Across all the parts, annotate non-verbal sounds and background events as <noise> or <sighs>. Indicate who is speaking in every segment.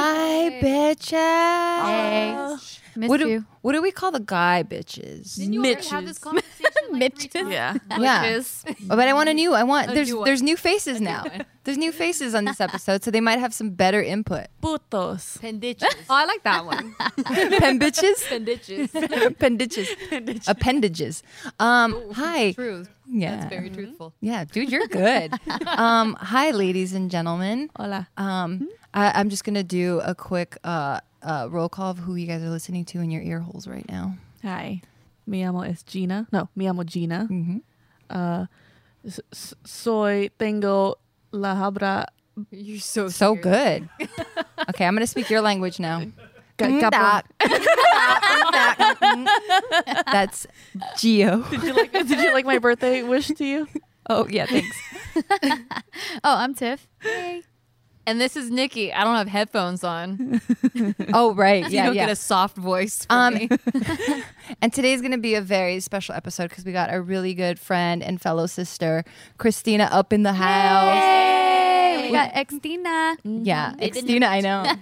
Speaker 1: Hi, bitches.
Speaker 2: Missed
Speaker 1: What do,
Speaker 2: you.
Speaker 1: what do we call the guy bitches?
Speaker 3: Didn't you already have this conversation like three times?
Speaker 4: Yeah.
Speaker 1: Yeah. Oh, but I want a new. I want there's
Speaker 3: new one.
Speaker 1: there's new faces now. There's new faces on this episode, so they might have some better input. <laughs>
Speaker 4: Putos.
Speaker 3: Appendages. Oh, I like that <laughs> one.
Speaker 1: Pen
Speaker 3: <laughs>
Speaker 1: bitches,
Speaker 3: Appendages.
Speaker 1: appendages, appendages. Um, hi.
Speaker 3: Truth.
Speaker 1: Yeah.
Speaker 3: That's very truthful.
Speaker 1: Yeah, dude, you're good. um, hi, ladies and gentlemen.
Speaker 4: Hola.
Speaker 1: Um, I, I'm just gonna do a quick uh, uh, roll call of who you guys are listening to in your ear holes right now.
Speaker 4: Hi. Mi amo es Gina. No, mi amo Gina.
Speaker 1: Mm-hmm.
Speaker 4: Uh, s- s- soy tengo la habra <laughs>
Speaker 3: You're so
Speaker 1: So
Speaker 3: serious.
Speaker 1: good. <laughs> okay, I'm gonna speak your language now. <laughs>
Speaker 4: ca-
Speaker 1: Mm,
Speaker 4: capra-
Speaker 1: doc. <laughs> Mm, doc. Mm, mm. That's <laughs> Geo.
Speaker 4: Did you like? did you like my birthday wish to you?
Speaker 1: Oh yeah, thanks.
Speaker 2: Oh, I'm Tiff.
Speaker 3: And this is Nikki. I don't have headphones on.
Speaker 1: Oh right,
Speaker 3: you
Speaker 1: yeah,
Speaker 3: don't get
Speaker 1: yeah.
Speaker 3: a soft voice. from
Speaker 1: Um, <laughs>
Speaker 3: me.
Speaker 1: and today's gonna be a very special episode because we got a really good friend and fellow sister, Christina, up in the house.
Speaker 2: We got Extina.
Speaker 1: Yeah, Christina, I <laughs> know.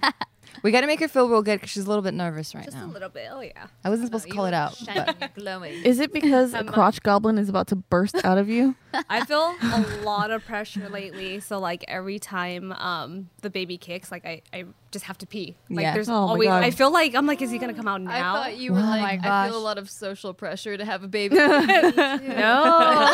Speaker 1: We got to make her feel real good because she's a little bit nervous right now.
Speaker 3: little bit. Oh, yeah.
Speaker 1: I wasn't supposed to call it out, but
Speaker 3: glowing.
Speaker 4: Is it because a crotch goblin is about to burst out of you?
Speaker 5: I feel a lot of pressure lately. So like every time um the baby kicks, like I, I just have to pee. Like
Speaker 1: Yeah.
Speaker 5: there's
Speaker 4: Oh my
Speaker 5: always
Speaker 4: God.
Speaker 5: I feel like I'm like, is he gonna come out
Speaker 3: I
Speaker 5: now?
Speaker 3: thought you were
Speaker 1: Oh
Speaker 3: like,
Speaker 1: my
Speaker 3: I
Speaker 1: gosh.
Speaker 3: feel a lot of social pressure to have a
Speaker 5: <laughs>
Speaker 3: baby. <laughs> no.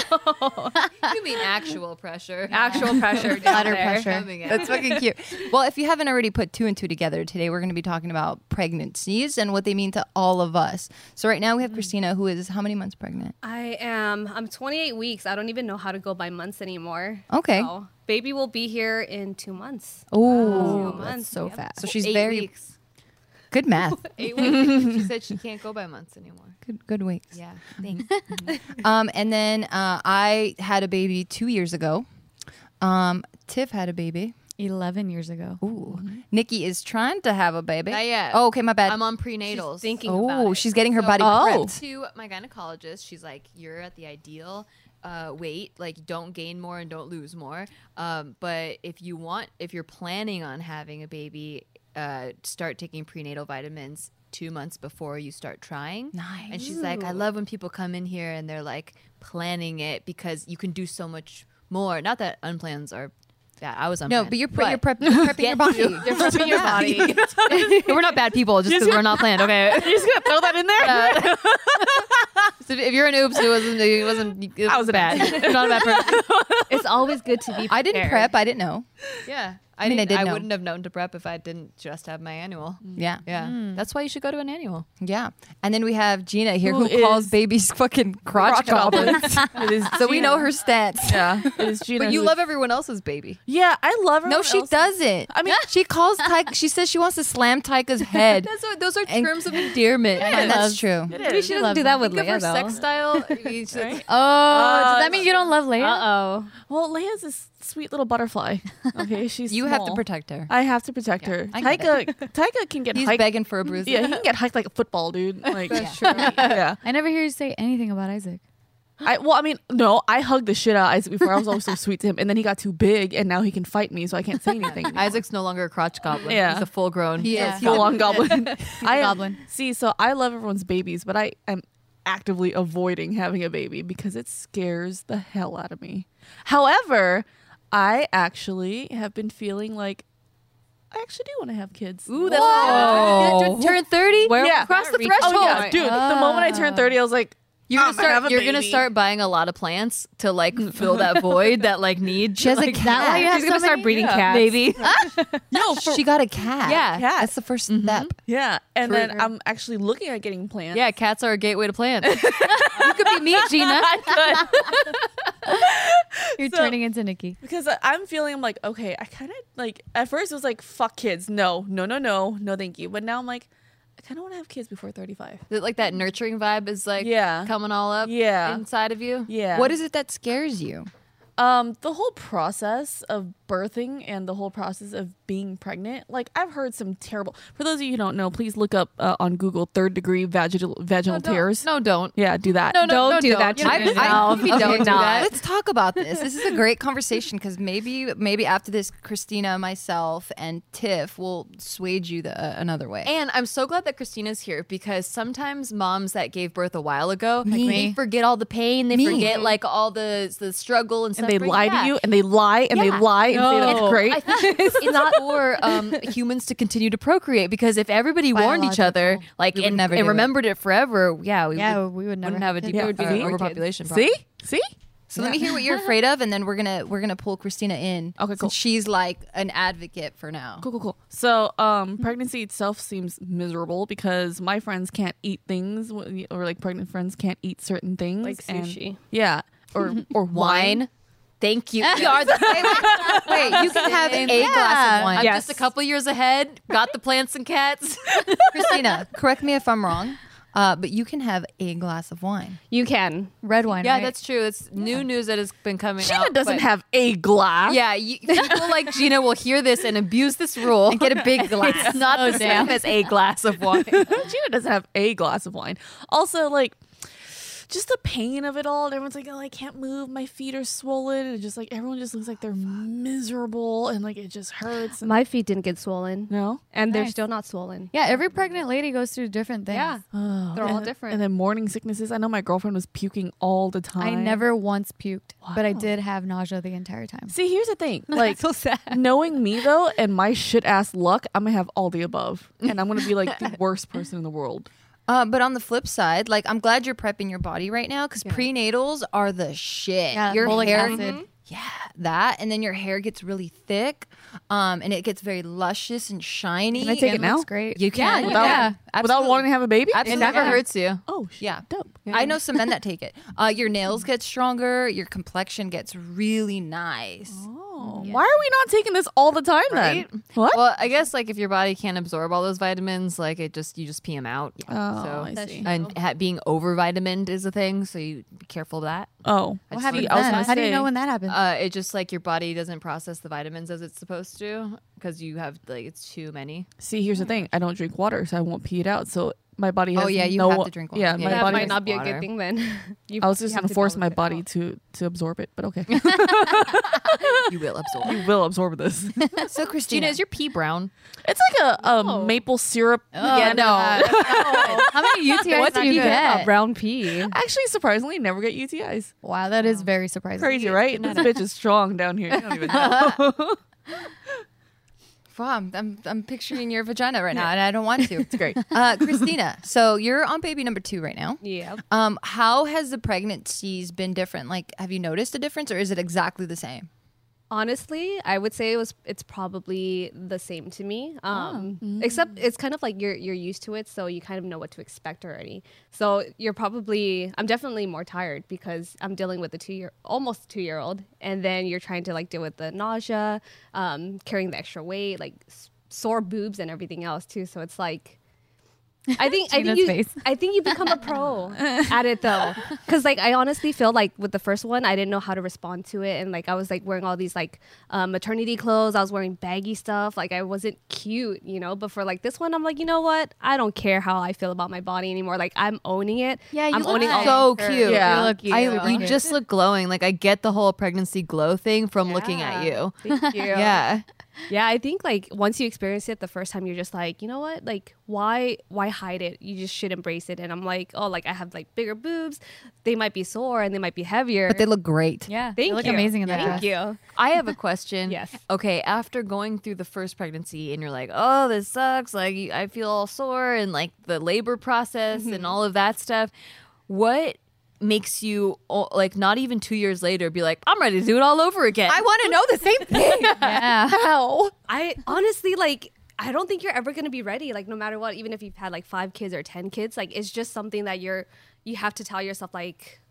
Speaker 3: you mean actual pressure. <laughs>
Speaker 5: Actual pressure. down
Speaker 1: utter
Speaker 5: there.
Speaker 1: pressure.
Speaker 3: Coming at
Speaker 1: That's fucking cute. Well, if you haven't already put two and two together, today we're going to be talking about pregnancies and what they mean to all of us. So right now we have Christina, who is how many months pregnant?
Speaker 5: I am I'm twenty eight weeks. I don't even know how to go by months anymore.
Speaker 1: Okay.
Speaker 5: So baby will be here in two months.
Speaker 1: Oh, that's
Speaker 5: Two months,
Speaker 1: so
Speaker 5: yep.
Speaker 1: fast. So she's
Speaker 3: Eight
Speaker 1: very
Speaker 3: weeks.
Speaker 1: good math.
Speaker 3: Eight weeks. she said she can't go by months anymore.
Speaker 1: <laughs> Good, good weeks.
Speaker 3: Yeah.
Speaker 1: <laughs> Um, and then uh, I had a baby two years ago. Um, Tiff had a baby.
Speaker 2: 11 years ago.
Speaker 1: Ooh, Nikki is trying to have a baby.
Speaker 3: Not yet.
Speaker 1: Oh, okay, my bad.
Speaker 3: I'm on prenatals.
Speaker 5: She's thinking about
Speaker 1: oh,
Speaker 5: it.
Speaker 1: she's getting her body
Speaker 4: Oh.
Speaker 1: prepped.
Speaker 3: to my gynecologist. She's like, "You're at the ideal uh, weight. Like, don't gain more and don't lose more. Um, but if you want, if you're planning on having a baby, uh, start taking prenatal vitamins." Two months before you start trying.
Speaker 1: Nice.
Speaker 3: And she's like, I love when people come in here and they're like planning it because you can do so much more. Not that unplans are bad. I was
Speaker 1: No,
Speaker 3: unplanned.
Speaker 1: but you're, pre- you're prep- you're prepping your body.
Speaker 5: <laughs>
Speaker 3: You're prepping your body. we're not bad people just because we're not planned, okay?
Speaker 4: You're just gonna throw that in there?
Speaker 3: So if- if you're an oops, it wasn't. It wasn't. It
Speaker 4: I was bad.
Speaker 3: Not a bad person.
Speaker 2: It's always good to be
Speaker 1: I didn't prep. I didn't know.
Speaker 3: Yeah, I,
Speaker 1: mean, I
Speaker 3: didn't,
Speaker 1: did
Speaker 3: I,
Speaker 1: know.
Speaker 3: wouldn't have known to prep if I didn't just have my annual.
Speaker 1: Yeah.
Speaker 3: Yeah, that's why you should go to an annual.
Speaker 1: Yeah. And then we have Gina here who,
Speaker 4: Who
Speaker 1: calls
Speaker 4: is-
Speaker 1: babies <laughs> fucking crotch, goblins.
Speaker 4: it is
Speaker 1: so we know
Speaker 4: Gina.
Speaker 1: her stats.
Speaker 4: Yeah, it is Gina.
Speaker 3: But you
Speaker 4: who-
Speaker 3: love everyone else's baby.
Speaker 4: Yeah, I love her.
Speaker 1: <laughs> No, she doesn't. I mean, she calls Tyke. She says she wants to slam Tyka's head.
Speaker 3: That's what, those are
Speaker 1: <laughs> And-
Speaker 3: terms of endearment.
Speaker 1: and that's true.
Speaker 3: Maybe she doesn't do that with Leia. Her sex style. She's
Speaker 5: <laughs>
Speaker 3: like,
Speaker 2: Oh,
Speaker 4: Uh,
Speaker 2: does that mean you don't love Leia?
Speaker 5: Uh oh.
Speaker 4: Well, Leia's a sweet little butterfly. Okay, she's
Speaker 1: You have to
Speaker 4: small.
Speaker 1: protect her.
Speaker 4: I have to protect her.
Speaker 1: I get
Speaker 4: Taika, Taika can get
Speaker 1: He's
Speaker 4: hiked.
Speaker 1: begging for a bruise.
Speaker 4: yeah, he can get hiked like a football, dude. Like,
Speaker 1: That's
Speaker 4: <laughs> yeah.
Speaker 2: I never hear you say anything about Isaac.
Speaker 4: I well, I mean, no, I hugged the shit out of Isaac before. I was always so sweet to him, and then he got too big, and now he can fight me, so I can't say anything.
Speaker 3: Isaac's no longer a crotch goblin.
Speaker 4: Yeah.
Speaker 3: He's a full grown.
Speaker 1: He is.
Speaker 4: full on goblin. <laughs> I am-
Speaker 2: goblin.
Speaker 4: See, so I love everyone's babies, but I am actively avoiding having a baby because it scares the hell out of me. However, I actually have been feeling like I actually do want to have kids.
Speaker 3: Ooh, that's Whoa. turn thirty.
Speaker 4: Where
Speaker 3: yeah.
Speaker 4: yeah.
Speaker 3: cross the
Speaker 4: Oh,
Speaker 3: threshold.
Speaker 4: yeah. dude. The moment I turned thirty, I was like,
Speaker 3: You're gonna
Speaker 4: I'm gonna have
Speaker 3: start.
Speaker 4: a
Speaker 3: You're gonna
Speaker 4: baby.
Speaker 3: start buying a lot of plants to like fill that void, that like need.
Speaker 1: She has a
Speaker 3: Like,
Speaker 1: cat.
Speaker 3: why you have
Speaker 1: She's
Speaker 3: so
Speaker 1: gonna start
Speaker 3: many?
Speaker 4: breeding cats.
Speaker 3: Maybe.
Speaker 1: <laughs>
Speaker 4: no,
Speaker 1: she got a cat.
Speaker 3: Yeah.
Speaker 4: Cat.
Speaker 1: That's the 1st step.
Speaker 4: yeah. And then I'm actually looking at getting plants.
Speaker 3: yeah, cats are a gateway to plants. you could be me, Gina.
Speaker 2: You're
Speaker 4: So-
Speaker 2: turning into Nikki.
Speaker 4: because I- I'm feeling I'm like okay, I kind of like at first it was like fuck kids, no, no, no, no, no, thank you. But now I'm like, I kind of want to have kids before 35.
Speaker 3: That, like that nurturing vibe is like
Speaker 4: Yeah.
Speaker 3: coming all up
Speaker 4: Yeah.
Speaker 3: inside of you.
Speaker 4: Yeah.
Speaker 1: What is it that scares you?
Speaker 4: Um, the whole process of birthing and the whole process of being pregnant, like I've heard some terrible. For those of you who don't know, please look up uh, on Google third degree vaginal vaginal tears.
Speaker 3: No, don't.
Speaker 4: Yeah, do that.
Speaker 3: No, no,
Speaker 5: Don't
Speaker 3: no,
Speaker 5: do that to
Speaker 3: You know,
Speaker 5: yourself.
Speaker 1: <laughs>
Speaker 5: No,
Speaker 1: maybe
Speaker 5: okay,
Speaker 1: don't
Speaker 5: do
Speaker 1: do that.
Speaker 5: that.
Speaker 1: Let's talk about this. This is a great conversation because maybe maybe after this, Christina, myself, and Tiff will swage you the, uh, another way.
Speaker 3: And I'm so glad that Christina's here because sometimes moms that gave birth a while ago,
Speaker 1: Me.
Speaker 3: like they forget all the pain, they
Speaker 1: Me.
Speaker 3: forget like all the the struggle and
Speaker 4: And
Speaker 3: suffering.
Speaker 4: they lie
Speaker 3: Yeah.
Speaker 4: to you, and they lie, and
Speaker 3: Yeah.
Speaker 4: they lie, and say that
Speaker 3: No.
Speaker 4: it's great.
Speaker 3: I think
Speaker 4: <laughs>
Speaker 3: it's not for um, humans to continue to procreate because if everybody warned each other,
Speaker 1: Biological.
Speaker 3: like
Speaker 1: We would
Speaker 3: and,
Speaker 1: never
Speaker 3: and
Speaker 1: do it.
Speaker 3: remembered it. forever, yeah, we
Speaker 2: Yeah,
Speaker 3: would,
Speaker 2: we would never
Speaker 3: not have
Speaker 2: have
Speaker 3: a
Speaker 2: kids.
Speaker 3: deep
Speaker 2: It would be
Speaker 4: more kids.
Speaker 3: overpopulation. problem.
Speaker 4: See, see,
Speaker 1: So let me hear what
Speaker 4: <laughs>
Speaker 1: you're afraid of, and then we're gonna we're gonna pull Christina in.
Speaker 4: Okay,
Speaker 1: since
Speaker 4: cool.
Speaker 1: She's like an advocate for now.
Speaker 4: Cool, cool, cool. So, um, pregnancy itself seems miserable because my friends can't eat things, wh- or like pregnant friends can't eat certain things,
Speaker 5: Like
Speaker 4: and-
Speaker 5: sushi.
Speaker 4: yeah, or or wine.
Speaker 3: Wine. Thank you. You are the
Speaker 1: Wait, wait, wait, you can have a glass of wine.
Speaker 3: I'm just a couple years ahead. Got the plants and cats.
Speaker 1: Christina, correct me if I'm wrong, uh, but you can have a glass of wine.
Speaker 5: You can.
Speaker 2: Red
Speaker 3: <laughs>
Speaker 2: wine.
Speaker 3: yeah,
Speaker 2: right?
Speaker 3: that's true. It's new news that has been coming out.
Speaker 4: Gina doesn't
Speaker 3: but-
Speaker 4: have a
Speaker 3: <laughs>
Speaker 4: glass. <laughs>
Speaker 3: Yeah, you, people like Gina will hear this and abuse this rule and get a big glass. <laughs> It's not the same as a glass of wine.
Speaker 4: Gina doesn't have a glass of wine. Also, like, just the pain of it all. And everyone's like, oh, I can't move. My feet are swollen. And just like, everyone just looks like they're miserable and like it just hurts. And,
Speaker 5: My feet didn't get swollen.
Speaker 4: no?
Speaker 5: And they're
Speaker 2: Nice.
Speaker 5: still not swollen.
Speaker 2: Yeah, every pregnant lady goes through different things.
Speaker 5: Yeah.
Speaker 4: Oh.
Speaker 5: They're all different.
Speaker 4: And then morning sicknesses. I know my girlfriend was puking all the
Speaker 2: I
Speaker 4: time.
Speaker 2: never once puked, but I
Speaker 4: Wow.
Speaker 2: did have nausea the entire time.
Speaker 4: See, here's the thing. Like,
Speaker 2: so sad.
Speaker 4: knowing me though and my shit ass luck, I'm gonna have all the above. And I'm gonna be like the worst person in the world.
Speaker 1: Uh, but on the flip side, like I'm glad you're prepping your body right now because prenatals are the shit.
Speaker 2: Yeah,
Speaker 1: your
Speaker 2: folic
Speaker 1: hair,
Speaker 2: acid.
Speaker 4: Mm-hmm.
Speaker 2: Mhm.
Speaker 1: yeah, that, and then your hair gets really thick, um, and it gets very luscious and shiny.
Speaker 4: Can I take it
Speaker 1: and
Speaker 4: now?
Speaker 2: Looks great.
Speaker 1: You can
Speaker 4: Without,
Speaker 1: yeah,
Speaker 4: without
Speaker 1: absolutely.
Speaker 4: wanting to have a baby?
Speaker 3: It
Speaker 1: Absolutely.
Speaker 3: never hurts you.
Speaker 4: Oh, shit.
Speaker 1: Yeah.
Speaker 4: Dope.
Speaker 1: I know some men that take it. Uh, your nails get stronger. Your complexion gets really nice.
Speaker 4: Oh, Why are we not taking this all the time then? What?
Speaker 3: Well, I guess like if your body can't absorb all those vitamins, like it just you just pee them out.
Speaker 4: Oh,
Speaker 3: so
Speaker 4: I see.
Speaker 3: and ha- being over vitamined is a thing, so you be careful of that.
Speaker 4: oh,
Speaker 3: I
Speaker 2: What
Speaker 3: just
Speaker 2: happened
Speaker 3: learned
Speaker 4: I was
Speaker 2: then?
Speaker 4: gonna
Speaker 2: How do you
Speaker 4: say-
Speaker 2: know when that happened?
Speaker 3: Uh, it just like your body doesn't process the vitamins as it's supposed to because you have like it's too many.
Speaker 4: see, here's the thing: I don't drink water, so I won't pee it out. So my body. Has
Speaker 1: Oh, yeah, you
Speaker 4: no,
Speaker 1: have to drink water.
Speaker 4: Yeah,
Speaker 3: Yeah.
Speaker 4: my
Speaker 5: that
Speaker 4: body.
Speaker 5: might not be a
Speaker 3: water.
Speaker 5: good thing then. <laughs> You-
Speaker 4: I was just
Speaker 5: you have
Speaker 4: gonna
Speaker 5: to
Speaker 4: force
Speaker 5: balance
Speaker 4: my
Speaker 5: it
Speaker 4: body
Speaker 5: out.
Speaker 4: to to absorb it, but okay,
Speaker 3: <laughs> You will absorb.
Speaker 4: you will absorb this.
Speaker 1: So Christina,
Speaker 3: Gina, is your pee brown?
Speaker 4: It's like a, a maple syrup.
Speaker 3: yeah, no.
Speaker 2: How many UTIs
Speaker 5: What
Speaker 2: do
Speaker 5: did
Speaker 2: you
Speaker 5: about
Speaker 2: get?
Speaker 5: brown <laughs> pee?
Speaker 4: Actually, surprisingly, never get UTIs.
Speaker 2: Wow, that is very surprising.
Speaker 4: Crazy, right? This bitch is strong down here. You don't <laughs> even know.
Speaker 1: wow, I'm, I'm I'm picturing your vagina right now, and I don't want to.
Speaker 4: It's great.
Speaker 1: Uh, Christina, so you're on baby number two right now.
Speaker 5: Yeah.
Speaker 1: Um, how has the pregnancies been different? Like, have you noticed a difference, or is it exactly the same?
Speaker 5: Honestly, I would say it was it's probably the same to me. Um except it's kind of like you're you're used to it, so you kind of know what to expect already. So you're probably I'm definitely more tired because I'm dealing with the 2 year almost 2 year old and then you're trying to like deal with the nausea, um carrying the extra weight, like s- sore boobs and everything else too. So it's like I think I
Speaker 2: Gina's
Speaker 5: think you
Speaker 2: face.
Speaker 5: I think you become a
Speaker 2: <laughs>
Speaker 5: pro at it though, because like I honestly feel like with the first one I didn't know how to respond to it, and like I was like wearing all these like uh, maternity clothes, I was wearing baggy stuff, like I wasn't cute, you know. But for like this one, I'm like, you know what? I don't care how I feel about my body anymore. Like I'm owning it.
Speaker 2: Yeah, you
Speaker 5: I'm
Speaker 2: look
Speaker 5: owning
Speaker 2: nice.
Speaker 5: all-
Speaker 2: <laughs>
Speaker 1: So
Speaker 2: Sure.
Speaker 1: cute.
Speaker 4: Yeah.
Speaker 2: You look
Speaker 3: I,
Speaker 2: cute.
Speaker 3: you just look glowing. Like I get the whole pregnancy glow thing from looking at
Speaker 5: Yeah.
Speaker 3: you.
Speaker 5: Thank you.
Speaker 3: Yeah.
Speaker 5: yeah i think like once you experience it the first time you're just like you know what like why why hide it you just should embrace it and i'm like oh like i have like bigger boobs they might be sore and they might be heavier
Speaker 1: But they look great.
Speaker 2: Yeah,
Speaker 5: thank
Speaker 2: they look
Speaker 5: you.
Speaker 2: amazing in that dress.
Speaker 5: thank you
Speaker 3: I have a question.
Speaker 5: Yes.
Speaker 3: Okay. After going through the first pregnancy and you're like, oh, this sucks. Like, you- I feel all sore and like the labor process and all of that stuff. What makes you, oh, like, not even two years later, be like, I'm ready to do it all over again?
Speaker 1: I want to know the same thing.
Speaker 2: Yeah.
Speaker 4: How?
Speaker 5: i honestly like i don't think you're ever going to be ready like no matter what even if you've had like five kids or ten kids like it's just something that you're you have to tell yourself like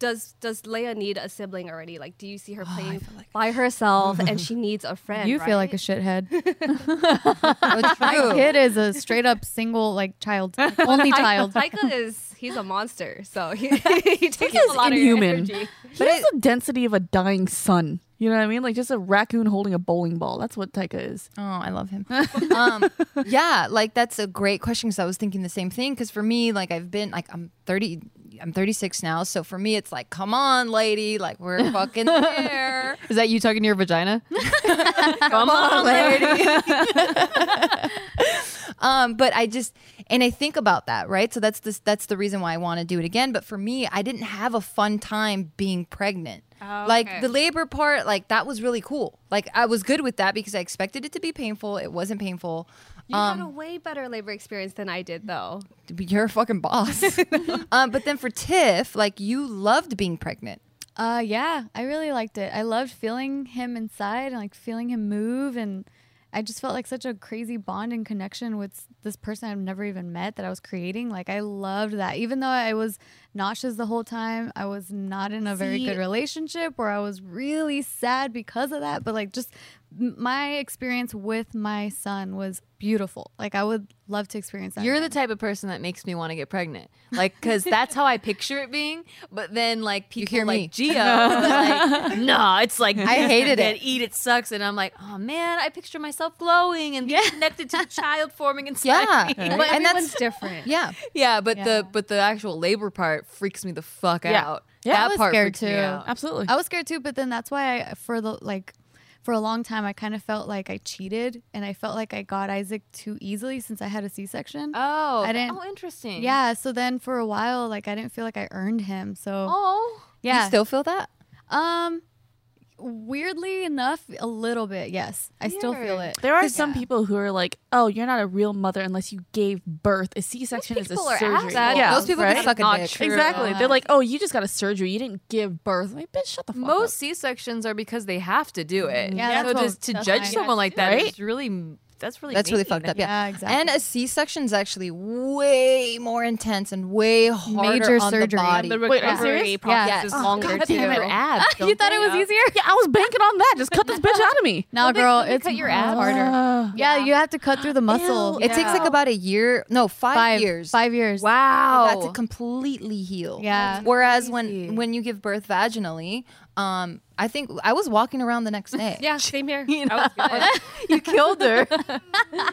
Speaker 5: does does Leia need a sibling already? Like, do you see her playing by herself and she needs a friend?
Speaker 2: you feel like a
Speaker 5: right?
Speaker 2: shithead. <laughs>
Speaker 1: Oh,
Speaker 2: My
Speaker 1: true.
Speaker 2: kid is a straight up single like child, like, only child.
Speaker 5: <laughs> Taika is he's a monster, so <laughs> he, he takes up a
Speaker 4: is
Speaker 5: lot
Speaker 4: inhuman.
Speaker 5: of your energy.
Speaker 4: He has the density of a dying sun. You know what I mean? Like just a raccoon holding a bowling ball. That's what Taika is.
Speaker 1: Oh, I love
Speaker 5: <laughs>
Speaker 1: him. um, yeah, like that's a great question because I was thinking the same thing. Because for me, like I've been like I'm thirty, I'm thirty six now. So for me, it's like, come on, lady, like
Speaker 5: <laughs>
Speaker 1: we're fucking there.
Speaker 3: Is that you talking to your vagina?
Speaker 1: Come on, lady. um, but I just and I think about that, right? So that's this that's the reason why I want to do it again. But for me, I didn't have a fun time being pregnant. Like
Speaker 5: Oh, okay.
Speaker 1: the labor part, like that was really cool. Like I was good with that because I expected it to be painful. It wasn't painful.
Speaker 5: You
Speaker 2: Um,
Speaker 5: had a way better labor experience than I did, though.
Speaker 1: You're a fucking boss.
Speaker 2: <laughs>
Speaker 1: um, but then for Tiff, like you loved being pregnant.
Speaker 2: Uh, yeah, I really liked it. I loved feeling him inside and like feeling him move, and I just felt like such a crazy bond and connection with s- this person I've never even met that I was creating. Like I loved that, even though I was nauseous the whole time. I was not in a very good relationship where I was really sad because of that. But like just m- my experience with my son was beautiful. Like I would love to experience that.
Speaker 3: You're the
Speaker 2: again.
Speaker 3: type of person that makes me want to get pregnant, like because that's how I picture it being. But then like people
Speaker 1: hear
Speaker 3: like
Speaker 1: me.
Speaker 3: <laughs> Gia, like, nah, it's like
Speaker 1: I hated
Speaker 3: that
Speaker 1: it.
Speaker 3: Eat it sucks, and I'm like, oh man, I picture myself glowing and being connected <laughs> to child forming inside
Speaker 1: Yeah.
Speaker 3: me.
Speaker 1: Right.
Speaker 3: But-
Speaker 1: And that's-
Speaker 5: Everyone's different.
Speaker 1: Yeah.
Speaker 3: yeah, but
Speaker 2: Yeah.
Speaker 3: the but the actual labor part freaks me the fuck
Speaker 4: Yeah.
Speaker 3: out.
Speaker 4: Yeah.
Speaker 3: that
Speaker 4: I was
Speaker 3: part
Speaker 2: scared
Speaker 3: freaks me
Speaker 2: too.
Speaker 3: out.
Speaker 4: Absolutely.
Speaker 2: I was scared too, but then that's why I for the like for a long time I kind of felt like I cheated and I felt like I got Isaac too easily since I had a C-section.
Speaker 3: Oh,
Speaker 2: I didn't-
Speaker 3: Oh, interesting.
Speaker 2: yeah, so then for a while like I didn't feel like I earned him. So
Speaker 3: Oh.
Speaker 2: yeah.
Speaker 1: You still feel that?
Speaker 2: um weirdly enough a little bit. Yes. I still feel
Speaker 3: Weird.
Speaker 2: it.
Speaker 4: There are some people who are like, "Oh, you're not a real mother unless you gave birth. A C-section is a
Speaker 5: people are
Speaker 4: surgery."
Speaker 5: assholes.
Speaker 4: Yeah,
Speaker 1: Those people
Speaker 4: right?
Speaker 1: can suck a
Speaker 3: Not
Speaker 1: dick.
Speaker 3: true.
Speaker 4: Exactly. They're like, "Oh, you just got a surgery. You didn't give birth." Like, bitch, shut the fuck
Speaker 3: Most
Speaker 4: up.
Speaker 3: C sections are because they have to do it.
Speaker 2: Yeah,
Speaker 3: so
Speaker 2: that's
Speaker 3: just
Speaker 2: what-
Speaker 3: to
Speaker 2: that's
Speaker 3: judge
Speaker 2: why I-
Speaker 3: someone like that is
Speaker 4: Right?
Speaker 3: really that's really
Speaker 1: That's really
Speaker 3: mean.
Speaker 1: fucked up. Yeah.
Speaker 2: Yeah, exactly.
Speaker 1: And a C section is actually way more intense and way harder
Speaker 2: Major
Speaker 1: on the
Speaker 2: surgery.
Speaker 1: body.
Speaker 3: The
Speaker 4: Wait, are you
Speaker 3: recovery
Speaker 4: serious?
Speaker 3: process
Speaker 1: Yeah.
Speaker 3: is
Speaker 1: Oh,
Speaker 3: longer
Speaker 4: God
Speaker 3: too. <laughs>
Speaker 4: damn it.
Speaker 3: abs.
Speaker 2: you thought it was easier?
Speaker 4: Yeah, I was banking on that. Just cut this bitch out of me.
Speaker 2: No, girl,
Speaker 3: they
Speaker 2: it's
Speaker 3: cut your abs?
Speaker 2: <laughs> harder.
Speaker 4: Uh,
Speaker 2: Yeah, you have to cut through the muscle.
Speaker 1: it takes like about a year, no, five,
Speaker 2: five
Speaker 1: years.
Speaker 2: Five years.
Speaker 3: Wow.
Speaker 1: That's to completely heal.
Speaker 2: Yeah.
Speaker 1: Whereas when when you give birth vaginally, um, I think I was walking around the next
Speaker 2: <laughs>
Speaker 1: day.
Speaker 5: Yeah, same here.
Speaker 4: you killed her.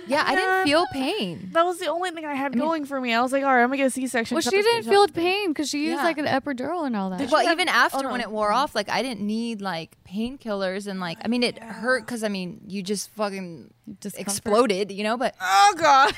Speaker 1: yeah, I
Speaker 2: <laughs>
Speaker 1: didn't feel pain.
Speaker 4: <laughs> that was the only thing I had going for me. I was like, "All right, I'm gonna get a C-section."
Speaker 2: Well,
Speaker 4: cut
Speaker 2: she
Speaker 4: this
Speaker 2: didn't
Speaker 4: bitch
Speaker 2: feel
Speaker 4: out."
Speaker 2: pain because she used
Speaker 1: Yeah.
Speaker 2: like an epidural and all that.
Speaker 1: Well, even after when it wore off, like I didn't need like painkillers and like I mean it hurt because I mean you just fucking
Speaker 2: Discomfort.
Speaker 1: exploded, you know. But
Speaker 4: Oh god.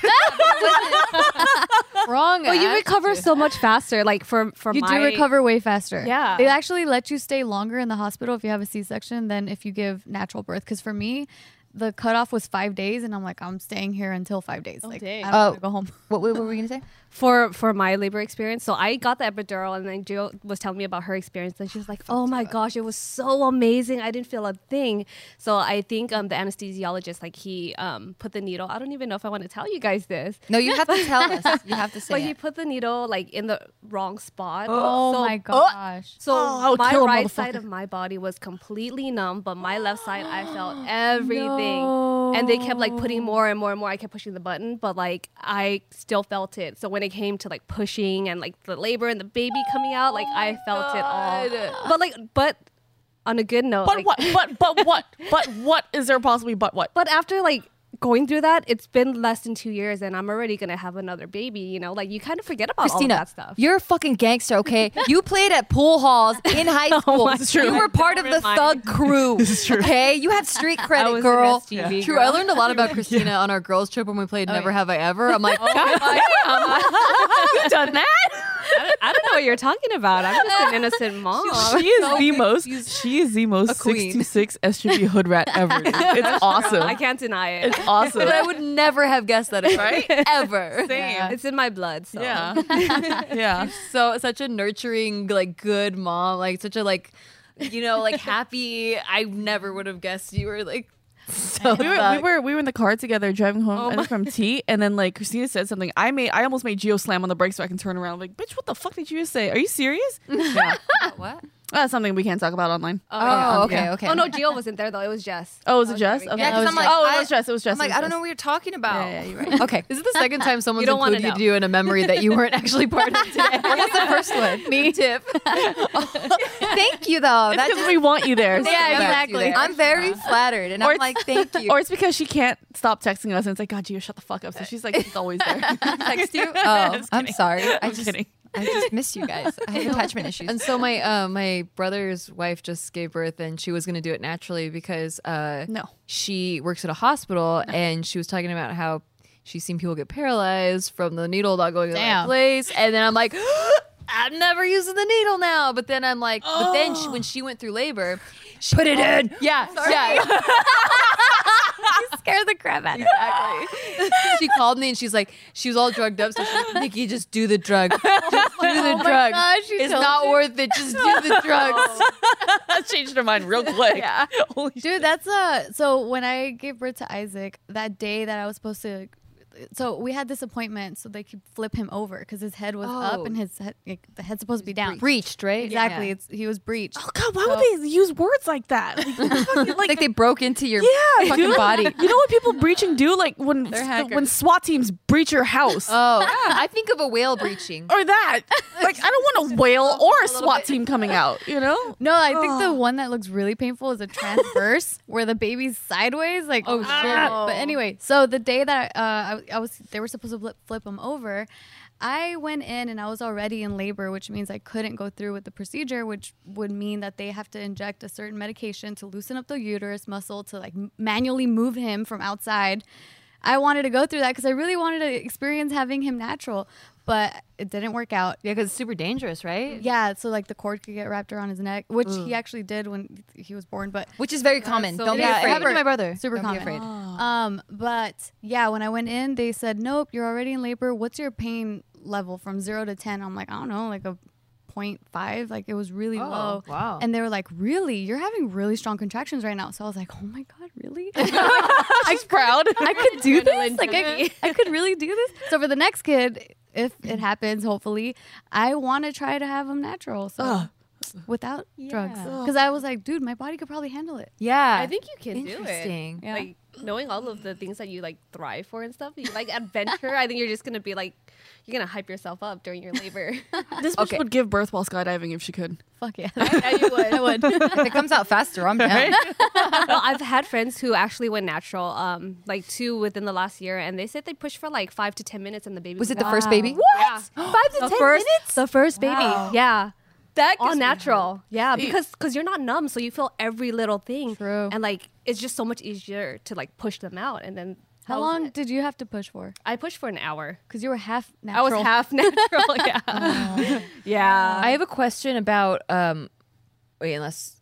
Speaker 3: wrong.
Speaker 5: Well, you
Speaker 3: abs.
Speaker 5: recover so much faster. Like for for
Speaker 2: you
Speaker 5: my
Speaker 2: do recover way faster.
Speaker 5: Yeah.
Speaker 2: They actually let you stay longer in the hospital if you have a C section than if you give natural birth. Because for me, the cutoff was five days, and I'm like, I'm staying here until five days. like,
Speaker 5: dang.
Speaker 2: I don't want
Speaker 1: Oh.
Speaker 2: to go home.
Speaker 1: what, what were we gonna say?
Speaker 5: for for my labor experience. So I got the epidural, and then Jill was telling me about her experience, and she was like, "Oh my gosh, it was so amazing! I didn't feel a thing." So I think um, the anesthesiologist, like he um, put the needle. I don't even know if I want to tell you guys this.
Speaker 1: No, you have to tell us. You have to say.
Speaker 5: But
Speaker 1: it.
Speaker 5: he put the needle like in the wrong spot.
Speaker 2: Oh
Speaker 5: So-
Speaker 2: my gosh.
Speaker 5: So
Speaker 4: Oh, I would
Speaker 5: my
Speaker 4: kill a
Speaker 5: right
Speaker 4: motherfucker.
Speaker 5: side of my body was completely numb, but my left side I <gasps> felt everything. And they kept like putting more and more and more. I kept pushing the button, but like I still felt it. So when it came to like pushing and like the labor and the baby coming out, like I felt it all. But like but on a good note,
Speaker 4: But
Speaker 5: like-
Speaker 4: what? But
Speaker 1: <laughs>
Speaker 4: but what? But what is there possibly? But what?
Speaker 5: but after like going through that, it's been less than two years and I'm already gonna have another baby, you know? Like you kind of forget about
Speaker 1: Christina,
Speaker 5: all of that stuff.
Speaker 1: you're a fucking gangster, okay? you played at pool halls in high school.
Speaker 4: that's true.
Speaker 1: You were part of the thug crew. This is true. Okay, you have street credit,
Speaker 3: was an
Speaker 1: girl.
Speaker 3: SGB True. I learned a lot about Christina on our girls trip when we played Never Have I Ever. I'm like, God,
Speaker 4: I've done <laughs> that.
Speaker 5: I don't know what you're talking about. I'm just an <laughs> innocent mom.
Speaker 4: She is the most. She is the most
Speaker 3: queen.
Speaker 4: sixty-six SUV hood rat <laughs> ever. dude. It's awesome.
Speaker 5: I can't deny <laughs> it.
Speaker 4: It's awesome.
Speaker 3: but I would never have guessed that right?
Speaker 1: <laughs>
Speaker 3: ever.
Speaker 4: Same.
Speaker 5: It's in my blood. So.
Speaker 4: Yeah.
Speaker 5: <laughs>
Speaker 4: yeah.
Speaker 3: So such a nurturing, like good mom, like such a like, you know, like happy. I never would have guessed you were like so
Speaker 4: we were, we
Speaker 3: fucked.
Speaker 4: were we were in the car together driving home I think, <laughs> from tea, and then like Christina said something. I made I almost made Geo slam on the brakes so I can turn around. I'm like, bitch, what the fuck did you just say? Are you serious? <laughs> yeah,
Speaker 3: what?
Speaker 4: that's something we can't talk about online.
Speaker 1: Oh, okay, okay.
Speaker 5: Oh no, Gio wasn't there though. It was Jess.
Speaker 4: Oh, was it Jess? Okay.
Speaker 1: Yeah, 'cause
Speaker 4: Oh,
Speaker 1: I'm like,
Speaker 4: oh,
Speaker 1: I-
Speaker 4: it was Jess. It was Jess.
Speaker 1: I'm like,
Speaker 4: it was
Speaker 1: I don't
Speaker 4: Jess.
Speaker 1: know what you're talking about.
Speaker 4: Yeah, yeah, you're
Speaker 1: <laughs>
Speaker 4: right.
Speaker 1: Okay.
Speaker 3: Is it the second time someone's
Speaker 5: don't wanna
Speaker 3: included
Speaker 5: know.
Speaker 3: you in a memory that you weren't actually part of
Speaker 1: <laughs>
Speaker 3: today?
Speaker 1: What was the first one?
Speaker 3: <laughs> Me tip.
Speaker 1: <laughs> Thank you, though.
Speaker 3: <laughs>
Speaker 4: <laughs>
Speaker 1: That
Speaker 4: Because
Speaker 1: just,
Speaker 4: we want you there.
Speaker 1: Yeah,
Speaker 4: so-
Speaker 1: exactly. I'm very flattered, and
Speaker 4: Or
Speaker 1: I'm
Speaker 4: it's-
Speaker 1: like,
Speaker 3: <laughs>
Speaker 1: thank you.
Speaker 4: Or it's because she can't stop texting us, and it's like, God, Gio, shut the fuck up. So she's like, it's always <laughs> there.
Speaker 1: text you. Oh,
Speaker 4: Just
Speaker 1: I'm
Speaker 4: kidding.
Speaker 1: sorry. I
Speaker 4: I'm
Speaker 1: just,
Speaker 4: kidding.
Speaker 1: I just miss you guys. I have <clears throat> attachment issues.
Speaker 3: And so my uh, my brother's wife just gave birth, and she was going to do it naturally because uh,
Speaker 4: No.
Speaker 3: she works at a hospital, and she was talking about how she's seen people get paralyzed from the needle not going in the right
Speaker 2: Damn.
Speaker 3: place, and then I'm like. <gasps> I'm never using the needle now, but then I'm like, but then she, when she went through labor, she, put it <laughs> in. Yeah, yeah.
Speaker 2: Scare the crap out of me.
Speaker 3: Exactly. she called me and she's like, she was all drugged up. So she's like, Nikki, just do the drug. Just do the drug. it's not worth it. Just do the drugs.
Speaker 4: That changed her mind <laughs> real quick. yeah. Holy shit.
Speaker 2: Dude, that's uh so when I gave birth to Isaac, that day that I was supposed to so we had this appointment so they could flip him over because his head was
Speaker 3: Oh.
Speaker 2: up and his head like, the head's supposed to be down.
Speaker 3: Breached, right?
Speaker 2: Exactly.
Speaker 3: Yeah.
Speaker 2: It's he was breached.
Speaker 4: Oh God, why would they use words like that? Like, fucking, <laughs> like,
Speaker 3: Like they broke into your
Speaker 4: yeah,
Speaker 3: fucking
Speaker 4: dude.
Speaker 3: body.
Speaker 4: You know what people breaching do? Like when when SWAT teams breach your house.
Speaker 3: Oh, I think of a whale breaching.
Speaker 4: or <laughs> that. Like I don't want a whale or a SWAT team coming out, you <laughs> know?
Speaker 2: No, I think the one that looks really painful is a <laughs> transverse where the baby's sideways. Like, oh, But anyway, so the day that uh, I, I was, they were supposed to flip, flip him over. I went in and I was already in labor, which means I couldn't go through with the procedure, which would mean that they have to inject a certain medication to loosen up the uterus muscle to like m- manually move him from outside. I wanted to go through that because I really wanted to experience having him natural, but it didn't work out.
Speaker 3: Yeah, because it's super dangerous, right?
Speaker 2: Yeah, so like the cord could get wrapped around his neck, which he actually did when he was born, but
Speaker 1: <laughs> which is very common.
Speaker 3: so-
Speaker 1: Don't
Speaker 3: Yeah, it
Speaker 1: be
Speaker 3: happened
Speaker 1: afraid.
Speaker 3: to my brother.
Speaker 2: super
Speaker 1: Don't
Speaker 2: common.
Speaker 1: be afraid.
Speaker 2: Um, but yeah, when I went in, they said, "Nope, you're already in labor. What's your pain level from 0 to 10?" I'm like, "I don't know, like a 0.5, like it was really
Speaker 3: Oh,
Speaker 2: low."
Speaker 3: wow.
Speaker 2: And they were like, "Really? You're having really strong contractions right now." So I was like, "Oh my god, really?" <laughs>
Speaker 4: She's proud.
Speaker 2: I could do this. Like I, <laughs> I could really do this. So for the next kid, if it happens, hopefully, I want to try to have them natural. So
Speaker 4: Ugh.
Speaker 2: without drugs,
Speaker 4: Ugh.
Speaker 2: because I was like, dude, my body could probably handle it.
Speaker 3: Yeah.
Speaker 5: I think you can do it.
Speaker 3: Interesting.
Speaker 2: Yeah.
Speaker 5: Like knowing all of the things that you like thrive for and stuff, you <laughs> like adventure. I think you're just gonna be like, you're gonna hype yourself up during your labor.
Speaker 4: This bitch would give birth while skydiving if she could.
Speaker 2: Fuck yeah.
Speaker 5: I, you would. I would.
Speaker 1: If it comes out faster, I'm down.
Speaker 5: <laughs> well, I've had friends who actually went natural, um, like two within the last year, and they said they pushed for like five to ten minutes, and the baby
Speaker 1: Was it the
Speaker 5: gone.
Speaker 1: first baby?
Speaker 5: Yeah.
Speaker 4: Five to
Speaker 5: The first, the first baby, yeah,
Speaker 4: That
Speaker 5: all
Speaker 4: gives me
Speaker 5: natural, yeah, because because you're not numb, so you feel every little thing,
Speaker 2: True.
Speaker 5: and like it's just so much easier to like push them out, and then that
Speaker 2: How
Speaker 5: was
Speaker 2: long
Speaker 5: it.
Speaker 2: did you have to push for?
Speaker 5: I pushed for an hour.
Speaker 2: Because you were half
Speaker 5: I
Speaker 2: natural.
Speaker 5: was half <laughs> natural, yeah, yeah.
Speaker 3: I have a question about um wait, unless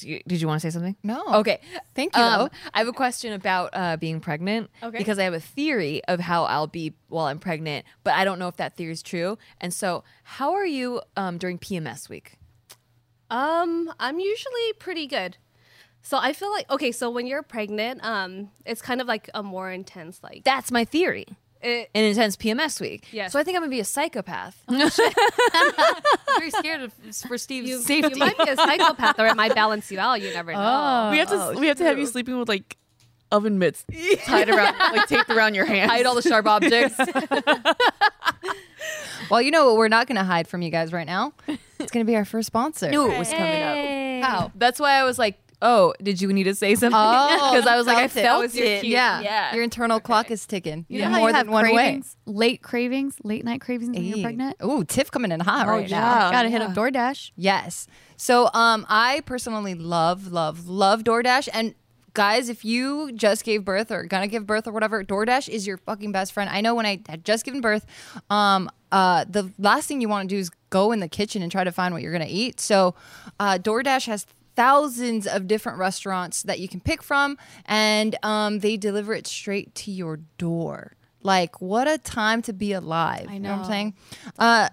Speaker 3: did you want to say something?
Speaker 1: No.
Speaker 3: Okay.
Speaker 1: Thank you,
Speaker 3: Um,
Speaker 1: though.
Speaker 3: I have a question about uh, being pregnant.
Speaker 5: Okay.
Speaker 3: Because I have a theory of how I'll be while I'm pregnant, but I don't know if that theory is true. And so, how are you um, during PMS week?
Speaker 5: Um, I'm usually pretty good. So I feel like okay, so when you're pregnant, um, it's kind of like a more intense like
Speaker 3: That's my theory.
Speaker 5: it,
Speaker 3: An intense PMS week.
Speaker 5: Yes.
Speaker 3: So I think I'm gonna be a <laughs> psychopath. <laughs> I'm very scared of for Steve's
Speaker 5: you,
Speaker 3: safety.
Speaker 5: you might be a psychopath or it might balance you out, you never know.
Speaker 4: We have to we have to have you sleeping with like oven <laughs> mitts tied around like taped around your hands.
Speaker 3: hide all the <laughs> sharp objects.
Speaker 1: Well, you know what we're not going to hide from you guys right
Speaker 2: <laughs>
Speaker 1: now? It's going to be our first sponsor.
Speaker 3: Knew it was coming up.
Speaker 1: How?
Speaker 3: That's why I was like, oh, did you need to say something? <laughs>
Speaker 1: Oh,
Speaker 3: Because I was like, I
Speaker 1: felt it.
Speaker 3: felt
Speaker 1: That was
Speaker 3: it.
Speaker 1: your cue. Yeah.
Speaker 3: yeah.
Speaker 1: Your internal clock is ticking.
Speaker 2: You
Speaker 1: in
Speaker 2: know how
Speaker 1: more
Speaker 2: you
Speaker 1: than
Speaker 2: have
Speaker 1: one way.
Speaker 2: cravings, late cravings, late night cravings when you're pregnant. Oh,
Speaker 1: Ooh, Tiff coming in hot right now.
Speaker 4: yeah.
Speaker 2: Gotta hit up DoorDash.
Speaker 1: Yes. So um I personally love, love, love DoorDash. And guys, if you just gave birth or gonna give birth or whatever, DoorDash is your fucking best friend. I know when I had just given birth, um, uh, the last thing you want to do is go in the kitchen and try to find what you're gonna eat. So uh DoorDash has thousands of different restaurants that you can pick from and um, they deliver it straight to your door. Like what a time to be alive. I know. You know what I'm saying? Uh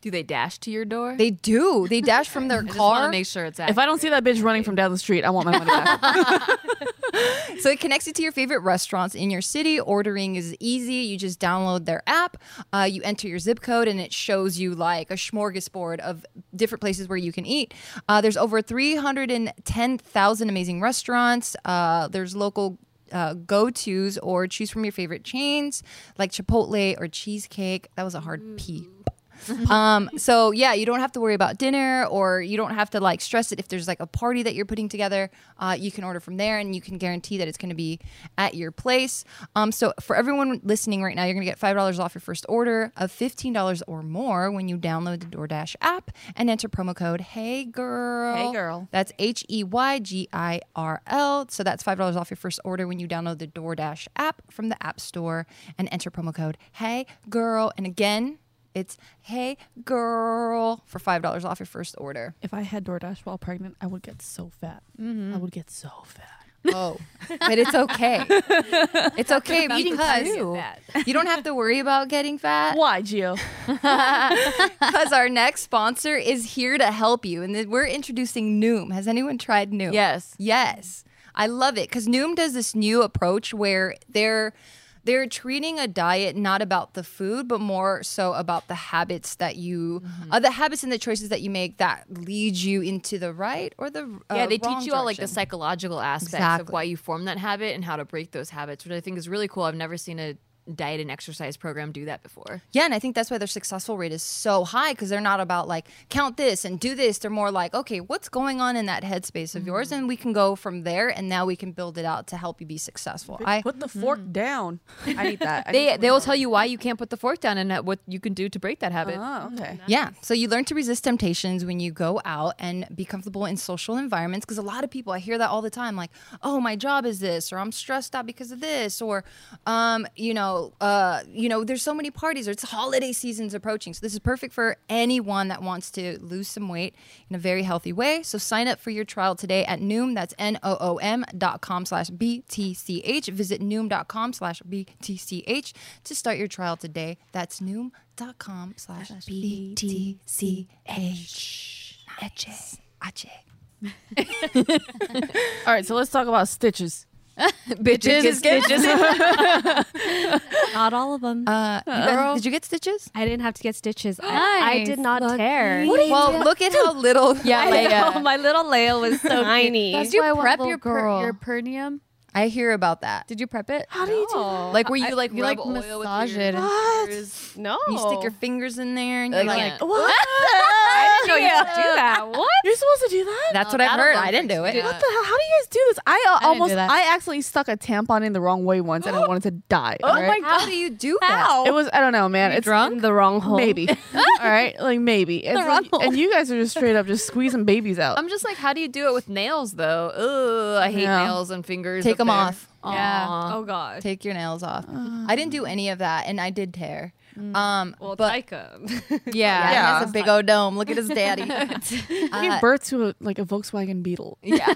Speaker 3: Do they dash to your door?
Speaker 1: They do. They dash from their
Speaker 3: <laughs> I just want
Speaker 1: car.
Speaker 3: to make sure it's
Speaker 4: If I don't see that bitch running from down the street, I want my money back.
Speaker 1: So it connects you to your favorite restaurants in your city. Ordering is easy. You just download their app, uh, you enter your zip code, and it shows you like a smorgasbord of different places where you can eat. Uh, there's over 310,000 amazing restaurants. Uh, there's local. Uh, go tos or choose from your favorite chains like Chipotle or cheesecake. That was a hard P. <laughs> um, so yeah, you don't have to worry about dinner, or you don't have to like stress it if there's like a party that you're putting together. Uh, you can order from there, and you can guarantee that it's going to be at your place. Um, so for everyone listening right now, you're going to get five dollars off your first order of fifteen dollars or more when you download the DoorDash app and enter promo code Hey Girl.
Speaker 4: Hey Girl.
Speaker 1: That's H E Y G I R L. So that's five dollars off your first order when you download the DoorDash app from the App Store and enter promo code Hey Girl. And again. It's hey girl for five dollars off your first order.
Speaker 4: if I had DoorDash while pregnant, I would get so fat. I would get so fat.
Speaker 1: Oh, <laughs> but it's okay. It's okay because you, don't have to worry about getting <laughs> fat.
Speaker 4: Why, Gio?
Speaker 1: Because our next sponsor is here to help you, and then we're introducing Noom. Has anyone tried Noom?
Speaker 3: yes.
Speaker 1: Yes. I love it because Noom does this new approach where they're they're treating a diet not about the food but more so about the habits that you
Speaker 3: Mm-hmm.
Speaker 1: uh, the habits and the choices that you make that lead you into the right or the uh,
Speaker 3: yeah, they teach you
Speaker 1: wrong
Speaker 3: all like the
Speaker 1: direction.
Speaker 3: psychological aspects
Speaker 1: Exactly.
Speaker 3: of why you form that habit and how to break those habits, which I think is really cool. I've never seen a diet and exercise program do that before.
Speaker 1: Yeah, and I think that's why their successful rate is so high because they're not about like count this and do this. They're more like, okay, what's going on in that headspace of yours,
Speaker 3: Mm-hmm.
Speaker 1: and we can go from there. And now we can build it out to help you be successful. I
Speaker 4: Put the fork down. I need that. I <laughs>
Speaker 3: They
Speaker 4: need
Speaker 3: they will tell you why you can't put the fork down and uh, what you can do to break that habit.
Speaker 4: Oh, okay.
Speaker 1: Yeah. So you learn to resist temptations when you go out and be comfortable in social environments. Because a lot of people, I hear that all the time like, oh, my job is this, or I'm stressed out because of this, or, um, you know, uh, you know, there's so many parties, or it's holiday season's approaching. So this is perfect for anyone that wants to lose some weight in a very healthy way. So sign up for your trial today at Noom. That's N O O M dot com slash BTCH. Visit Noom dot com slash BTCH to start your trial today. That's Noom dot com slash B-T-C-H. Ache. Ache.
Speaker 4: All right, so let's talk about stitches.
Speaker 3: Bitches,
Speaker 5: Not all of them.
Speaker 1: Uh, you guys, did you get stitches?
Speaker 5: I didn't have to get stitches. I, I did
Speaker 2: Nice.
Speaker 5: not
Speaker 1: <laughs>
Speaker 5: tear.
Speaker 1: Well, uh, look at how little.
Speaker 5: Yeah, <laughs> I know. Oh, my little Leia was so tiny.
Speaker 2: That's
Speaker 1: Did you
Speaker 2: why I want
Speaker 1: prep
Speaker 2: little
Speaker 1: your per-
Speaker 2: girl.
Speaker 1: your
Speaker 2: your perineum?
Speaker 1: I hear about that.
Speaker 2: Did you prep it?
Speaker 4: How do you do
Speaker 1: Oh.
Speaker 4: that?
Speaker 3: Like where you
Speaker 2: I-
Speaker 3: like
Speaker 2: you,
Speaker 3: rub
Speaker 2: like,
Speaker 3: oil
Speaker 2: massage
Speaker 3: with your
Speaker 2: it and-
Speaker 4: What?
Speaker 5: no.
Speaker 1: You stick your fingers in there and you're
Speaker 3: Like,
Speaker 1: like,
Speaker 3: yeah.
Speaker 4: What?
Speaker 5: I didn't know you could do that. What?
Speaker 4: You're supposed to do that?
Speaker 1: that's what
Speaker 3: Oh,
Speaker 1: I've
Speaker 3: that'll
Speaker 1: heard.
Speaker 3: go
Speaker 1: I didn't do
Speaker 3: fix
Speaker 1: it.
Speaker 3: it.
Speaker 4: what the hell? How do you guys do this? I uh,
Speaker 2: do
Speaker 4: almost,
Speaker 2: that.
Speaker 4: I actually stuck a tampon in the wrong way once, and I wanted to die.
Speaker 3: Oh
Speaker 4: all right?
Speaker 1: How do you do that?
Speaker 4: It was I don't know, man. It's
Speaker 5: drunk? The wrong hole.
Speaker 4: maybe. All right, like maybe. It's
Speaker 5: wrong
Speaker 4: like- and you guys are just straight up just squeezing babies out.
Speaker 3: I'm just like, how do you do it with nails though? Ugh, I hate
Speaker 4: Yeah.
Speaker 3: nails and fingers.
Speaker 1: Take 'em
Speaker 3: up there.
Speaker 1: off.
Speaker 3: Yeah.
Speaker 5: Oh gosh.
Speaker 1: Take your nails off. I didn't do any of that, and I did tear. Um,
Speaker 5: Well,
Speaker 1: but
Speaker 5: <laughs> Tyka.
Speaker 1: yeah,
Speaker 4: Yeah.
Speaker 1: he has a big old dome. Look at his daddy.
Speaker 4: gave
Speaker 1: Uh,
Speaker 4: birth to a, like a Volkswagen Beetle.
Speaker 3: Yeah.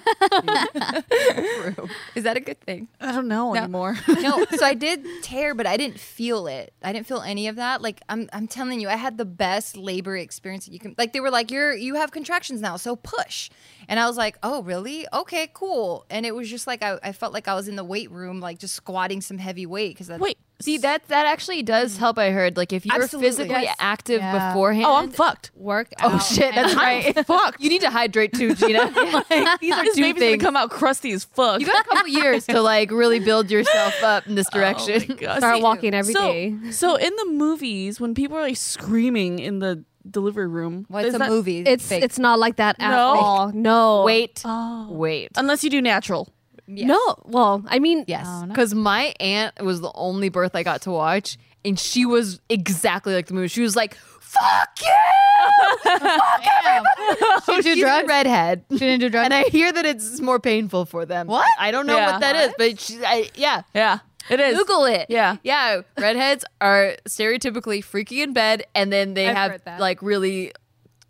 Speaker 1: is that a good thing?
Speaker 4: I don't know anymore.
Speaker 1: no, so I did tear, but I didn't feel it. I didn't feel any of that. Like I'm, I'm telling you, I had the best labor experience that you can. Like they were like, "You're, you have contractions now, so push." And I was like, "Oh, really? Okay, cool." And it was just like I, I felt like I was in the weight room, like just squatting some heavy weight because
Speaker 4: <laughs> Wait,
Speaker 3: See that that actually does help. I heard like if you're
Speaker 1: Absolutely.
Speaker 3: physically
Speaker 1: Yes.
Speaker 3: active
Speaker 2: Yeah.
Speaker 3: beforehand.
Speaker 4: oh, I'm fucked. <coughs>
Speaker 5: Work
Speaker 3: Oh, shit, that's right. <laughs>
Speaker 4: fucked.
Speaker 3: You need to hydrate too, Gina. Like, these are
Speaker 4: This
Speaker 3: two
Speaker 4: baby's gonna
Speaker 3: things.
Speaker 4: come out crusty as fuck. <laughs>
Speaker 3: You got a couple years to like really build yourself up in this
Speaker 4: Oh my
Speaker 3: direction.
Speaker 4: God.
Speaker 5: Start
Speaker 4: See,
Speaker 5: walking every
Speaker 4: so,
Speaker 5: day.
Speaker 4: So in the movies, when people are like screaming in the delivery room,
Speaker 1: Well, it's
Speaker 4: is
Speaker 1: a
Speaker 4: that-
Speaker 1: movie.
Speaker 5: It's
Speaker 1: fake.
Speaker 5: it's not like that at
Speaker 4: No.
Speaker 5: all. No.
Speaker 3: wait,
Speaker 4: Oh.
Speaker 3: wait.
Speaker 4: Unless you do natural.
Speaker 1: Yes.
Speaker 5: No. Well, I mean,
Speaker 1: yes.
Speaker 2: Oh,
Speaker 3: Because my aunt was the only birth I got to watch, and she was exactly like the movie. She was like, "Fuck
Speaker 2: <laughs>
Speaker 3: you!"
Speaker 1: She
Speaker 3: <laughs>
Speaker 1: did drugs?
Speaker 3: redhead,
Speaker 2: She didn't do drugs.
Speaker 3: and I hear that it's more painful for them.
Speaker 1: What?
Speaker 3: I don't know
Speaker 4: Yeah.
Speaker 3: what that is, but she, I, yeah.
Speaker 4: Yeah, it is.
Speaker 3: Google it.
Speaker 4: Yeah.
Speaker 3: yeah. Redheads are stereotypically freaky in bed, and then they
Speaker 2: I've
Speaker 3: have
Speaker 2: heard that. Mm.
Speaker 3: like really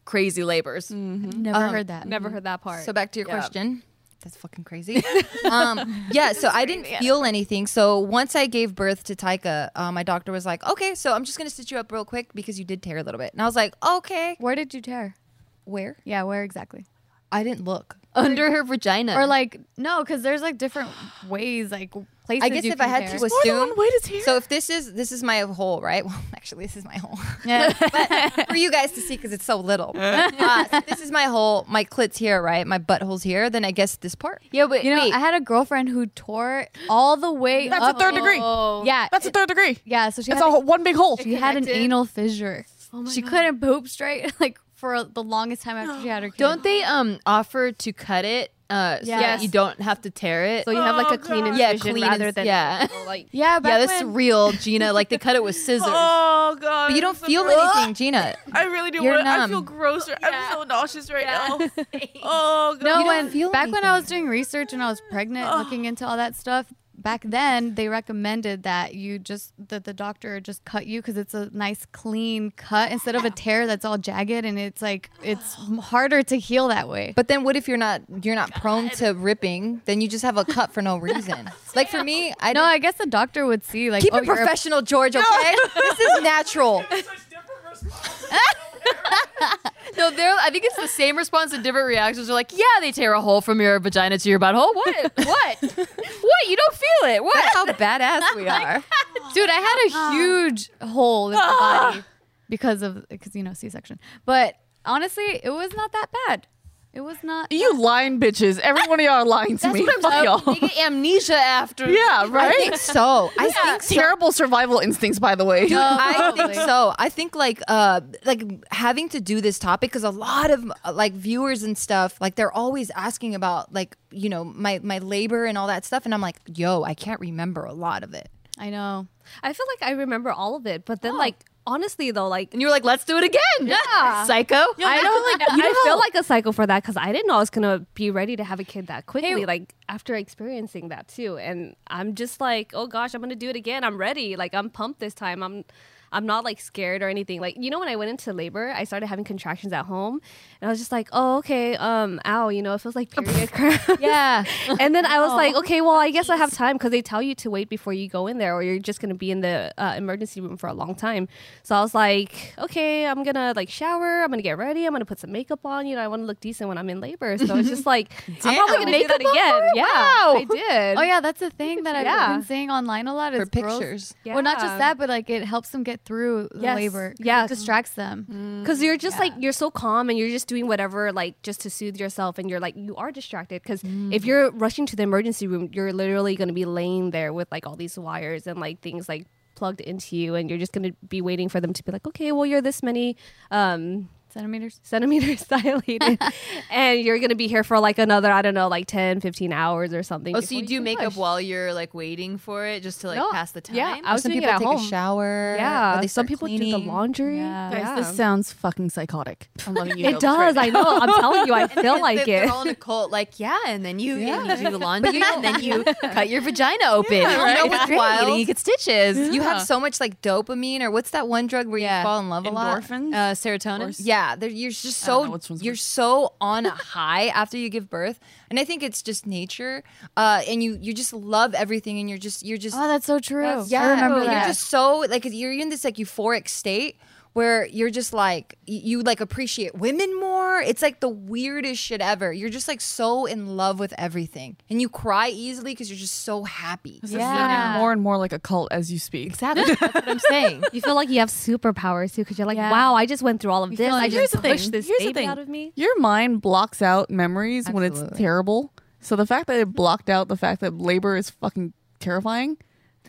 Speaker 3: crazy labors.
Speaker 2: never heard that.
Speaker 5: never heard that part.
Speaker 1: So back to your
Speaker 3: Yeah.
Speaker 1: question. that's fucking crazy. <laughs> um, yeah, so I didn't feel anything. So once I gave birth to Taika, uh, my doctor was like, okay, so I'm just going to stitch you up real quick because you did tear a little bit. And I was like, okay.
Speaker 2: Where did you tear?
Speaker 1: Where?
Speaker 2: Yeah, where exactly?
Speaker 1: I didn't look.
Speaker 3: under her vagina.
Speaker 2: Or like no, because there's like different ways, like places.
Speaker 1: I guess
Speaker 2: you
Speaker 1: if I
Speaker 2: can
Speaker 1: had
Speaker 2: tear.
Speaker 1: to
Speaker 4: More than
Speaker 1: assume.
Speaker 4: one way to tear.
Speaker 1: So if this is this is my hole, right? <laughs> Well, actually, this is my hole. <laughs>
Speaker 2: yeah.
Speaker 1: but for you guys to see because it's so <laughs> little. Uh, so this is my whole my clit's here, right? My butthole's here. Then I guess this part.
Speaker 3: yeah, but
Speaker 2: You know,
Speaker 3: wait.
Speaker 2: I had a girlfriend who tore all the way.
Speaker 4: That's a
Speaker 2: up.
Speaker 4: third degree.
Speaker 2: Yeah,
Speaker 4: That's a
Speaker 2: it-
Speaker 4: third degree.
Speaker 2: yeah. So she
Speaker 4: That's
Speaker 2: had,
Speaker 4: a whole, one big hole.
Speaker 2: she had an
Speaker 3: connected.
Speaker 2: anal fissure. she couldn't poop straight <laughs> like for the longest time after she had her kid.
Speaker 3: don't they um offer to cut it uh so that
Speaker 2: Yes.
Speaker 3: you don't have to tear it?
Speaker 5: So you have like a Oh, clean
Speaker 4: God.
Speaker 5: incision
Speaker 3: yeah, clean
Speaker 5: rather
Speaker 3: ins-
Speaker 5: than
Speaker 3: yeah.
Speaker 5: like
Speaker 2: Yeah,
Speaker 3: yeah,
Speaker 2: back
Speaker 3: this is
Speaker 2: when-
Speaker 3: real, Gina. Like they cut <laughs> it with scissors.
Speaker 4: Oh god.
Speaker 1: But you don't feel anything, Gina.
Speaker 4: I really do.
Speaker 1: You're
Speaker 4: want I feel
Speaker 1: numb.
Speaker 4: gross. I'm so nauseous right now. oh god.
Speaker 2: No,
Speaker 1: You don't
Speaker 2: when
Speaker 1: feel
Speaker 2: back when I
Speaker 1: anything.
Speaker 2: was doing research and I was pregnant, looking into all that stuff. Back then, they recommended that you just that the doctor just cut you because it's a nice clean cut instead of a tear that's all jagged and it's like it's harder to heal that way.
Speaker 1: But then what if you're not you're not prone to ripping? Then you just have a cut <laughs> for no reason. like for me, I
Speaker 2: no,
Speaker 1: don't
Speaker 2: I guess the doctor would see like
Speaker 1: keep
Speaker 2: oh,
Speaker 1: it
Speaker 2: you're a-
Speaker 1: professional, George. Okay, <laughs> this is natural.
Speaker 3: <laughs> No, they're I think it's the same response and different reactions are like, Yeah, they tear a hole from your vagina to your butthole. <laughs> What? what? What? You don't feel it. What? <laughs>
Speaker 1: That's how badass <laughs> we are.
Speaker 2: Dude, I
Speaker 3: Uh-huh.
Speaker 2: had a huge hole in
Speaker 1: <laughs>
Speaker 2: my body because of because you know C-section. But honestly, it was not that bad. It was not.
Speaker 4: You lying bitches. Every one of y'all are lying to me. Fuck
Speaker 3: They
Speaker 4: y'all.
Speaker 3: get amnesia after
Speaker 4: <laughs> Yeah,
Speaker 1: I
Speaker 4: right?
Speaker 1: think so. I think
Speaker 4: Terrible survival instincts, by the way.
Speaker 1: I think
Speaker 2: probably.
Speaker 1: so. I think like uh like having to do this topic because a lot of uh, like viewers and stuff like they're always asking about like you know my my labor and all that stuff and I'm like yo I can't remember a lot of it.
Speaker 2: I know.
Speaker 5: I feel like I remember all of it, but then like honestly though, like
Speaker 3: And you were like, let's do it again.
Speaker 5: Yeah.
Speaker 3: <laughs> Psycho.
Speaker 5: I don't like I feel like a psycho for that because I didn't know I was gonna be ready to have a kid that quickly. like after experiencing that too, and I'm just like, oh gosh, I'm gonna do it again. I'm ready. Like I'm pumped this time. I'm. I'm not like scared or anything. Like you know, when I went into labor, I started having contractions at home, and I was just like, "Oh, okay, um, ow," you know, it feels like period cramps.
Speaker 3: Yeah.
Speaker 5: <laughs> and then I was like, okay, well, I guess I have time because they tell you to wait before you go in there, or you're just gonna be in the uh, emergency room for a long time. So I was like, okay, I'm gonna like shower, I'm gonna get ready, I'm gonna put some makeup on. You know, I want to look decent when I'm in labor. So it's just like I'm probably gonna do that again. Yeah, I did.
Speaker 2: Oh yeah, that's the thing that I've
Speaker 5: Yeah.
Speaker 2: been seeing online a lot is
Speaker 1: For
Speaker 2: girls-
Speaker 1: pictures.
Speaker 2: Well, not
Speaker 5: Yeah.
Speaker 2: just that, but like it helps them get through the
Speaker 5: Yes.
Speaker 2: labor.
Speaker 5: Yeah. Mm.
Speaker 2: it distracts them.
Speaker 5: because you're just like you're so calm and you're just doing whatever like just to soothe yourself and you're like you are distracted because if you're rushing to the emergency room you're literally going to be laying there with like all these wires and like things like plugged into you and you're just going to be waiting for them to be like okay well you're this many um
Speaker 2: Centimeters.
Speaker 5: centimeters <laughs> dilated and you're going to be here for like another i don't know like 10 15 hours or something
Speaker 3: Oh, so
Speaker 5: before
Speaker 3: you do
Speaker 5: can
Speaker 3: makeup
Speaker 5: push.
Speaker 3: while you're like waiting for it just to like
Speaker 5: No,
Speaker 3: pass the time?
Speaker 5: yeah i was
Speaker 1: Some
Speaker 5: doing
Speaker 1: people
Speaker 5: it at
Speaker 1: take
Speaker 5: home
Speaker 1: a shower.
Speaker 5: yeah
Speaker 1: or they
Speaker 5: some
Speaker 1: start
Speaker 5: people do the
Speaker 1: cleaning.
Speaker 5: laundry
Speaker 2: Yeah.
Speaker 4: Guys,
Speaker 5: Yeah.
Speaker 4: this sounds fucking psychotic. I'm loving you.
Speaker 5: it does i know
Speaker 1: <laughs>
Speaker 5: i'm telling you i
Speaker 3: <laughs>
Speaker 5: feel
Speaker 3: Because
Speaker 5: like
Speaker 3: they-
Speaker 5: it
Speaker 3: They're all in a cult, like yeah, and then you, and
Speaker 1: <laughs>
Speaker 3: you do the laundry, and then you cut your vagina open.
Speaker 1: right?
Speaker 3: You know what's
Speaker 1: Yeah.
Speaker 3: wild? And you get stitches.
Speaker 1: You have so much like dopamine or what's that one drug where you fall in love a lot?
Speaker 4: Endorphins?
Speaker 3: uh, serotonin.
Speaker 4: Or-
Speaker 1: Yeah, there- you're just
Speaker 4: I don't know
Speaker 1: so
Speaker 4: which one's
Speaker 1: you're
Speaker 4: which.
Speaker 1: so on a high after you give birth, and I think it's just nature, uh, and you you just love everything, and you're just you're just
Speaker 2: Oh, that's so true.
Speaker 1: yeah,
Speaker 2: I remember
Speaker 1: you're
Speaker 2: that.
Speaker 1: just so like you're in this like euphoric state where you're just like y- you like appreciate women more. It's like the weirdest shit ever. You're just like so in love with everything, and you cry easily because you're just so happy.
Speaker 4: This is
Speaker 2: Yeah.
Speaker 4: sounding more and more like a cult as you speak.
Speaker 3: Exactly. That's what I'm saying.
Speaker 5: You feel like you have superpowers too, because you're like,
Speaker 2: Yeah.
Speaker 5: wow, I just went through all of this.
Speaker 2: feel
Speaker 5: I
Speaker 2: like-
Speaker 5: just
Speaker 4: Here's the
Speaker 5: pushed
Speaker 4: thing.
Speaker 5: this
Speaker 4: Here's the
Speaker 5: baby
Speaker 4: thing.
Speaker 5: out of me.
Speaker 4: Your mind blocks out memories when it's
Speaker 1: Absolutely.
Speaker 4: terrible. So the fact that it blocked out the fact that labor is fucking terrifying.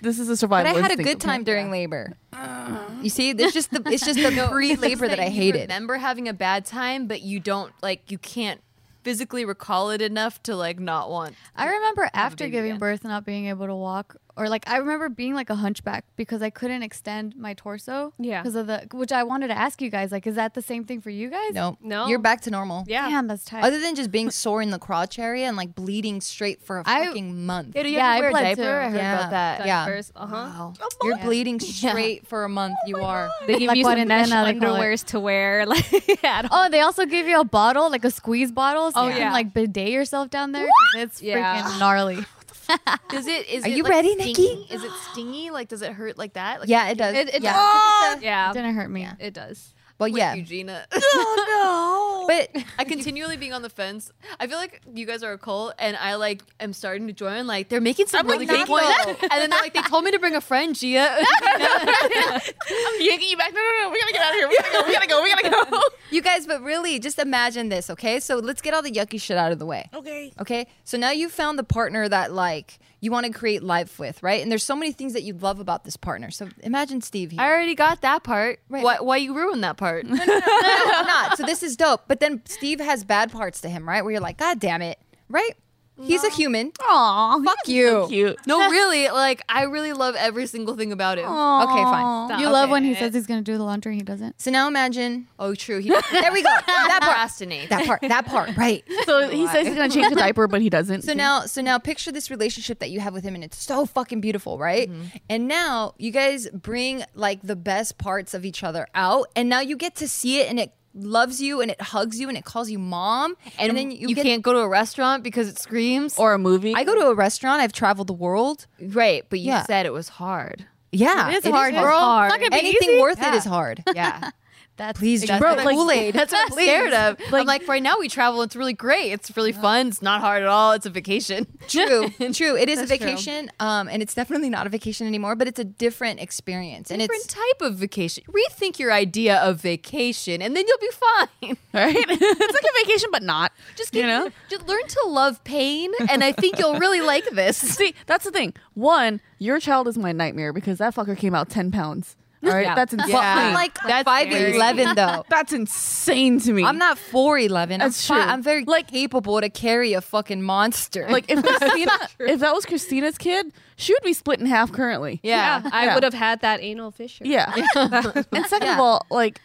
Speaker 4: This is a
Speaker 1: But
Speaker 4: survival.
Speaker 1: I had a
Speaker 4: instinct
Speaker 1: good
Speaker 4: <laughs> of mine.
Speaker 1: time during labor.
Speaker 5: Uh-huh.
Speaker 1: You see, it's just the it's
Speaker 5: <laughs>
Speaker 1: just the pre labor that I
Speaker 3: You
Speaker 1: hated.
Speaker 3: remember having a bad time, but you don't like you can't physically recall it enough to like not want.
Speaker 2: I remember after
Speaker 3: baby
Speaker 2: giving
Speaker 3: again.
Speaker 2: birth, not being able to walk or like I remember being like a hunchback because I couldn't extend my torso.
Speaker 5: Yeah.
Speaker 2: Because of the which I wanted to ask you guys, like, is that the same thing for you guys?
Speaker 1: No,
Speaker 5: No.
Speaker 1: you're back to normal.
Speaker 5: Yeah.
Speaker 2: Damn, that's tight.
Speaker 1: Other than just being sore in the crotch area and like bleeding straight for a
Speaker 2: I-
Speaker 1: fucking month.
Speaker 3: do you
Speaker 2: Yeah,
Speaker 3: have
Speaker 2: I
Speaker 3: to wear a
Speaker 2: bled
Speaker 3: diaper?
Speaker 2: too.
Speaker 3: I heard
Speaker 1: Yeah.
Speaker 3: about that.
Speaker 1: Yeah.
Speaker 5: First, uh-huh.
Speaker 1: Wow. You're
Speaker 5: <laughs>
Speaker 1: bleeding straight for a month.
Speaker 5: Oh
Speaker 1: you are.
Speaker 5: They give
Speaker 2: Like
Speaker 5: you
Speaker 2: what
Speaker 5: some
Speaker 2: in
Speaker 5: mesh
Speaker 2: Vienna they call it.
Speaker 5: underwears to wear, <laughs> like at all.
Speaker 2: oh, they also give you a bottle, like a squeeze bottle, so
Speaker 5: Oh,
Speaker 2: you
Speaker 5: yeah.
Speaker 2: can like bidet yourself down there. 'cause It's
Speaker 5: Yeah.
Speaker 2: freaking gnarly.
Speaker 3: Is it? Is
Speaker 1: Are
Speaker 3: it
Speaker 1: you
Speaker 3: like
Speaker 1: ready,
Speaker 3: stingy?
Speaker 1: Nikki?
Speaker 3: Is it stingy? Like, does it hurt like that? Like,
Speaker 1: Yeah, it does.
Speaker 5: It, it
Speaker 1: yeah. Oh!
Speaker 5: does.
Speaker 2: It
Speaker 5: Yeah,
Speaker 2: didn't hurt me.
Speaker 5: it does.
Speaker 1: Well,
Speaker 3: with
Speaker 1: yeah. <laughs>
Speaker 3: Eugenia. <laughs>
Speaker 4: Oh
Speaker 5: <laughs>
Speaker 1: But
Speaker 3: I continually being on the fence. I feel like you guys are a cult, and I like am starting to join. Like they're making some really good
Speaker 1: not,
Speaker 3: points, <laughs> and then they're like, they told me to bring a friend, Gia.
Speaker 4: no! Yanking you back. No, no, no. We gotta get out of here. We gotta go. We gotta go. We gotta go.
Speaker 1: you guys, but really, just imagine this, okay? So let's get all the yucky shit out of the way.
Speaker 4: Okay.
Speaker 1: Okay. So now you've found the partner that like you want to create life with, right? And there's so many things that you love about this partner. So imagine Steve here.
Speaker 3: <laughs> I already got that part.
Speaker 1: Right.
Speaker 3: Why, why you ruin that part?
Speaker 1: No, I'm not. So this is dope. But then Steve has bad parts to him, right? Where you're like, God damn it, right? He's a human.
Speaker 4: Aw,
Speaker 1: Fuck you.
Speaker 4: <laughs> cute.
Speaker 3: <laughs> <laughs> no, really. Like I really love every single thing about him.
Speaker 1: Okay, fine.
Speaker 2: You love when he says he's gonna do the laundry and he doesn't.
Speaker 1: So now imagine.
Speaker 3: Oh, true. He <laughs>
Speaker 1: There we go. That part.
Speaker 3: procrastinates.
Speaker 1: That part. That part. Right.
Speaker 4: So he says he's gonna change the diaper, but he doesn't.
Speaker 1: So now, so now, picture this relationship that you have with him, and it's so fucking beautiful, right? And now you guys bring like the best parts of each other out, and now you get to see it, and it loves you, and it hugs you, and it calls you mom, and, then you,
Speaker 3: you,
Speaker 1: get-
Speaker 3: can't go to a restaurant because it screams.
Speaker 4: or a movie.
Speaker 1: I go to a restaurant. I've traveled the world.
Speaker 3: right, but you
Speaker 1: Yeah.
Speaker 3: said it was hard.
Speaker 1: Yeah,
Speaker 2: It is hard, bro.
Speaker 1: hard.
Speaker 2: It's not gonna be
Speaker 1: Anything
Speaker 2: easy.
Speaker 1: worth it
Speaker 3: Yeah.
Speaker 1: is hard.
Speaker 3: Yeah. <laughs>
Speaker 2: That's
Speaker 1: Please,
Speaker 2: exactly-
Speaker 1: just
Speaker 4: Bro,
Speaker 1: the
Speaker 4: like-
Speaker 1: Kool-Aid.
Speaker 3: That's what I'm <laughs> scared of. I'm like, right now we travel. It's really great. It's really fun. It's not hard at all. It's a vacation.
Speaker 1: <laughs> True, true. It is a
Speaker 3: That's true.
Speaker 1: vacation, um, and it's definitely not a vacation anymore, but it's a different experience, and
Speaker 3: Different
Speaker 1: it's
Speaker 3: type of vacation. Rethink your idea of vacation, and then you'll be fine.
Speaker 4: <laughs> right? it's like a vacation, but not.
Speaker 3: Just
Speaker 4: you
Speaker 3: get-
Speaker 4: know.
Speaker 3: <laughs> just learn to love pain, and I think you'll really like
Speaker 4: <laughs>
Speaker 3: this.
Speaker 4: See, that's the thing. One, your child is my nightmare because that fucker came out ten pounds. All right,
Speaker 3: Yeah.
Speaker 4: that's insane.
Speaker 3: Yeah.
Speaker 1: I'm like
Speaker 3: That's
Speaker 1: five
Speaker 3: scary.
Speaker 1: eleven though.
Speaker 4: That's insane to me.
Speaker 1: I'm not four eleven.
Speaker 4: That's
Speaker 1: I'm fi-
Speaker 4: true.
Speaker 1: I'm very like capable to carry a fucking monster.
Speaker 4: <laughs> like if Christina, if that was Christina's kid, she would be split in half currently.
Speaker 3: Yeah.
Speaker 5: I
Speaker 4: Yeah.
Speaker 5: would have had that anal fissure.
Speaker 4: Yeah. and second of
Speaker 1: Yeah.
Speaker 4: all, like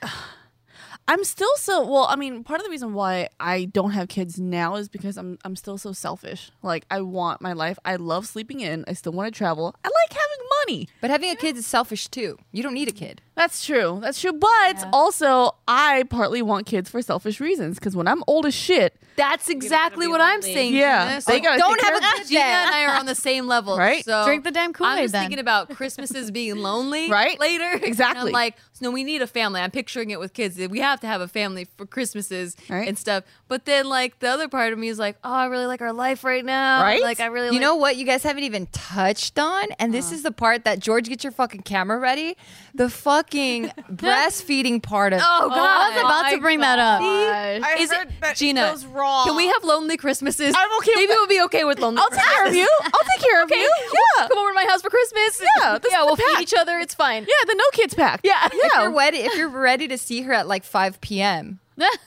Speaker 4: I'm still so well, I mean, part of the reason why I don't have kids now is because I'm I'm still so selfish. Like I want my life. I love sleeping in. I still want to travel. I like having money.
Speaker 1: but having a kid is selfish too. You don't need a kid.
Speaker 4: That's true. That's true. But also I partly want kids for selfish reasons cuz when I'm old as shit,
Speaker 3: That's exactly what I'm saying.
Speaker 4: yeah,
Speaker 3: Gina.
Speaker 4: they got to
Speaker 1: don't have
Speaker 4: care
Speaker 1: a
Speaker 4: of-
Speaker 1: kid
Speaker 3: Gina and
Speaker 1: then.
Speaker 3: I are on the same level,
Speaker 4: <laughs> Right?
Speaker 3: So
Speaker 2: Drink the damn
Speaker 3: I'm
Speaker 2: Kool-Aid
Speaker 3: just
Speaker 2: then.
Speaker 3: thinking about Christmases being lonely,
Speaker 4: Right?
Speaker 3: Later, And
Speaker 4: Exactly.
Speaker 3: I'm like, no, we need a family. I'm picturing it with kids. We have to have a family for Christmases
Speaker 4: Right.
Speaker 3: and stuff. But then, like, the other part of me is like, oh, I really like our life right now.
Speaker 4: Right?
Speaker 3: Like, I really,
Speaker 1: You know what? You guys haven't even touched on, and this is the part that George, get your fucking camera ready. The fucking breastfeeding part of.
Speaker 3: Oh God,
Speaker 2: I was about to bring that up.
Speaker 4: I
Speaker 3: Is
Speaker 4: heard
Speaker 3: it
Speaker 4: that
Speaker 3: Gina?
Speaker 4: was wrong.
Speaker 3: Can we have lonely Christmases?
Speaker 4: I'm okay with
Speaker 3: Maybe
Speaker 4: that.
Speaker 3: we'll be okay with lonely.
Speaker 4: I'll take care of you. I'll take care of you. Yeah.
Speaker 3: Come over to my house for Christmas.
Speaker 4: Yeah, this
Speaker 3: <laughs> yeah,
Speaker 4: is
Speaker 3: we'll
Speaker 4: the
Speaker 3: feed
Speaker 4: pact.
Speaker 3: each other. It's fine.
Speaker 4: Yeah, the no kids pack.
Speaker 3: Yeah.
Speaker 1: If
Speaker 4: Yeah.
Speaker 1: you're ready, if you're ready to see her at like 5 p.m.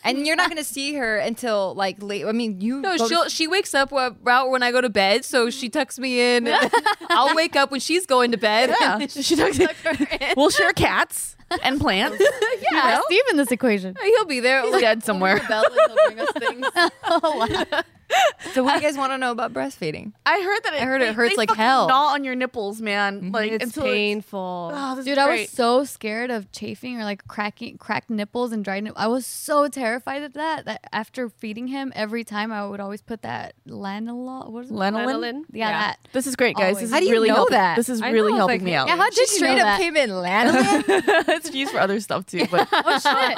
Speaker 1: and you're not going to see her until like late. I mean, you go
Speaker 3: No,
Speaker 1: to
Speaker 3: she'll she wakes up wh- about when I go to bed, so she tucks me in. and <laughs> I'll wake up when she's going to bed. <laughs>
Speaker 4: Yeah. She tucks it. We'll share cats and
Speaker 3: <laughs>
Speaker 4: plants.
Speaker 2: yeah, Steve in this equation.
Speaker 3: He'll be Oh, there. He's
Speaker 4: dead somewhere.
Speaker 3: he'll <laughs> bring us things.
Speaker 1: So what do you guys want to know about breastfeeding?
Speaker 4: I heard that. It, I
Speaker 3: heard it hurts like hell.
Speaker 4: Gnaw on your nipples, man. Like
Speaker 5: It's
Speaker 4: until
Speaker 5: painful.
Speaker 4: <sighs> Oh, this
Speaker 2: Dude,
Speaker 4: is
Speaker 2: I
Speaker 4: great.
Speaker 2: was so scared of chafing or like cracking cracked nipples and dried nipples. I was so terrified of that that after feeding him every time I would always put that lanolin. What is it?
Speaker 4: Lanolin.
Speaker 5: Lanolin? Yeah.
Speaker 2: yeah, that.
Speaker 4: This is great, guys.
Speaker 2: Always.
Speaker 4: This is
Speaker 1: How do you
Speaker 4: really
Speaker 1: know
Speaker 4: helping.
Speaker 1: that?
Speaker 4: This is
Speaker 5: I know,
Speaker 4: really
Speaker 5: it's
Speaker 4: helping
Speaker 5: like-
Speaker 4: me out.
Speaker 5: Yeah,
Speaker 1: How did
Speaker 2: you know that?
Speaker 1: came in lanolin?
Speaker 4: <laughs> it's used for other stuff too, but
Speaker 2: Oh shit!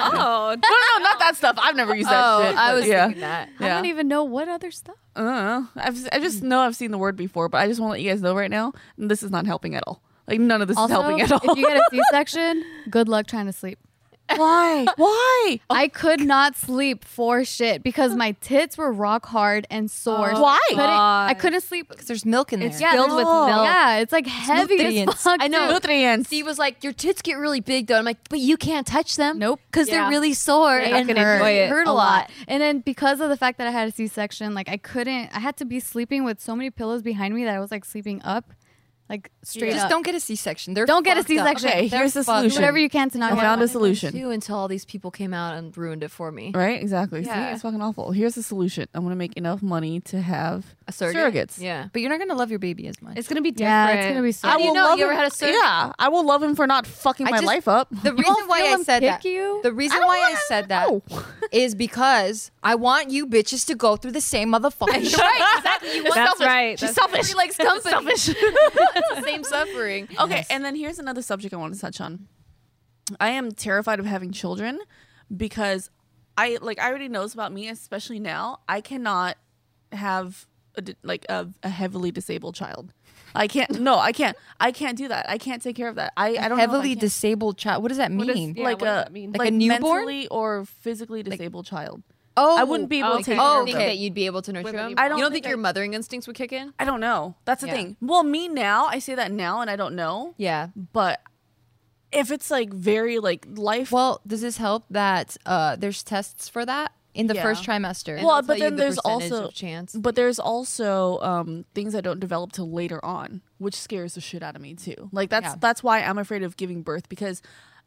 Speaker 4: <laughs>
Speaker 5: Oh,
Speaker 4: no, no, not that stuff. I've never used that
Speaker 3: Oh,
Speaker 4: shit.
Speaker 3: I
Speaker 4: but
Speaker 3: was
Speaker 4: yeah.
Speaker 3: thinking that.
Speaker 2: I
Speaker 4: Yeah.
Speaker 2: don't even know what other stuff.
Speaker 4: I don't know. I've, I just know I've seen the word before, but I just want to let you guys know right now, this is not helping at all. Like none of this
Speaker 2: Also,
Speaker 4: is helping at all. <laughs>
Speaker 2: if you get a C-section, good luck trying to sleep.
Speaker 3: <laughs>
Speaker 4: Why? Why?
Speaker 2: I could not sleep for shit because my tits were rock hard and sore.
Speaker 4: Oh, Why?
Speaker 2: Couldn't- I
Speaker 5: God.
Speaker 2: couldn't sleep.
Speaker 1: There's milk in there.
Speaker 5: It's filled with milk.
Speaker 2: Yeah, it's like heavy as
Speaker 1: nutrients.
Speaker 2: fuck.
Speaker 3: I know.
Speaker 4: Nutrients.
Speaker 3: Steve was like, "Your tits get really big, though." I'm like, "But you can't touch them,
Speaker 2: Nope.
Speaker 3: because
Speaker 5: Yeah.
Speaker 3: they're really sore
Speaker 5: They
Speaker 3: and
Speaker 5: fucking enjoy it
Speaker 3: hurt
Speaker 2: a lot. And then because of the fact that I had a C section, like I couldn't, I had to be sleeping with so many pillows behind me that I was like sleeping up. Like straight
Speaker 1: Just
Speaker 2: up.
Speaker 1: don't get a C-section. They're
Speaker 2: Don't get a
Speaker 1: fucked up.
Speaker 2: C-section.
Speaker 4: Okay,
Speaker 1: They're
Speaker 4: here's the
Speaker 1: fucked.
Speaker 4: solution.
Speaker 2: whatever you can to not
Speaker 4: I
Speaker 2: get
Speaker 4: found
Speaker 2: one.
Speaker 4: a solution.
Speaker 3: too until all these people came out and ruined it for me.
Speaker 4: Right? Exactly.
Speaker 3: Yeah.
Speaker 4: See, it's fucking awful. Here's the solution. I'm gonna make enough money to have
Speaker 3: A surrogate?
Speaker 4: surrogates.
Speaker 3: Yeah.
Speaker 1: But you're not gonna love your baby as much.
Speaker 5: It's gonna be different.
Speaker 2: Yeah, it's gonna be so.
Speaker 4: I
Speaker 3: do you
Speaker 4: will
Speaker 3: know?
Speaker 4: love
Speaker 3: You ever
Speaker 4: him-
Speaker 3: had a surrog-
Speaker 4: Yeah, I will love him for not fucking
Speaker 1: I
Speaker 4: my
Speaker 1: just-
Speaker 4: life up.
Speaker 1: the reason why I said that.
Speaker 2: you?
Speaker 1: The reason why I said that is because I want you bitches to go through the same motherfucking shit.
Speaker 3: right, exactly. You want
Speaker 5: That's
Speaker 3: selfish.
Speaker 5: right.
Speaker 3: She's
Speaker 5: That's-
Speaker 3: selfish. She likes company. selfish. same suffering.
Speaker 4: Okay, and then here's another subject I want to touch on. I am terrified of having children because I like I already knows about me, especially now. I cannot have a, di- like a, a heavily disabled child. I can't. No, I can't. I can't do that. I can't take care of that. I, I don't know if I
Speaker 1: Heavily
Speaker 4: can.
Speaker 1: disabled child. What does that mean?
Speaker 5: does- yeah.
Speaker 4: like
Speaker 5: what does
Speaker 4: a
Speaker 5: that mean?
Speaker 1: Like a newborn?
Speaker 4: mentally or physically disabled child.
Speaker 1: Oh,
Speaker 4: I wouldn't be able
Speaker 5: Oh,
Speaker 4: to
Speaker 5: okay.
Speaker 1: Oh,
Speaker 4: take care
Speaker 3: Think
Speaker 4: of them.
Speaker 3: that you'd be able to nurture them?
Speaker 4: I don't
Speaker 3: You don't
Speaker 4: think
Speaker 3: think,
Speaker 4: I-
Speaker 3: your mothering instincts would kick in?
Speaker 4: I don't know. That's the
Speaker 3: Yeah.
Speaker 4: thing. Well, me now, I say that now, and I don't know.
Speaker 3: Yeah.
Speaker 4: But if it's like very like life,
Speaker 1: Well, does this help that uh, there's tests for that in the
Speaker 4: Yeah.
Speaker 1: first trimester?
Speaker 4: well,
Speaker 3: they'll tell
Speaker 4: but
Speaker 3: you
Speaker 4: then
Speaker 3: the
Speaker 4: there's
Speaker 3: percentage
Speaker 4: also
Speaker 3: of chance.
Speaker 4: But there's also um, things that don't develop till later on, which scares the shit out of me too. Like that's
Speaker 1: Yeah.
Speaker 4: that's why I'm afraid of giving birth because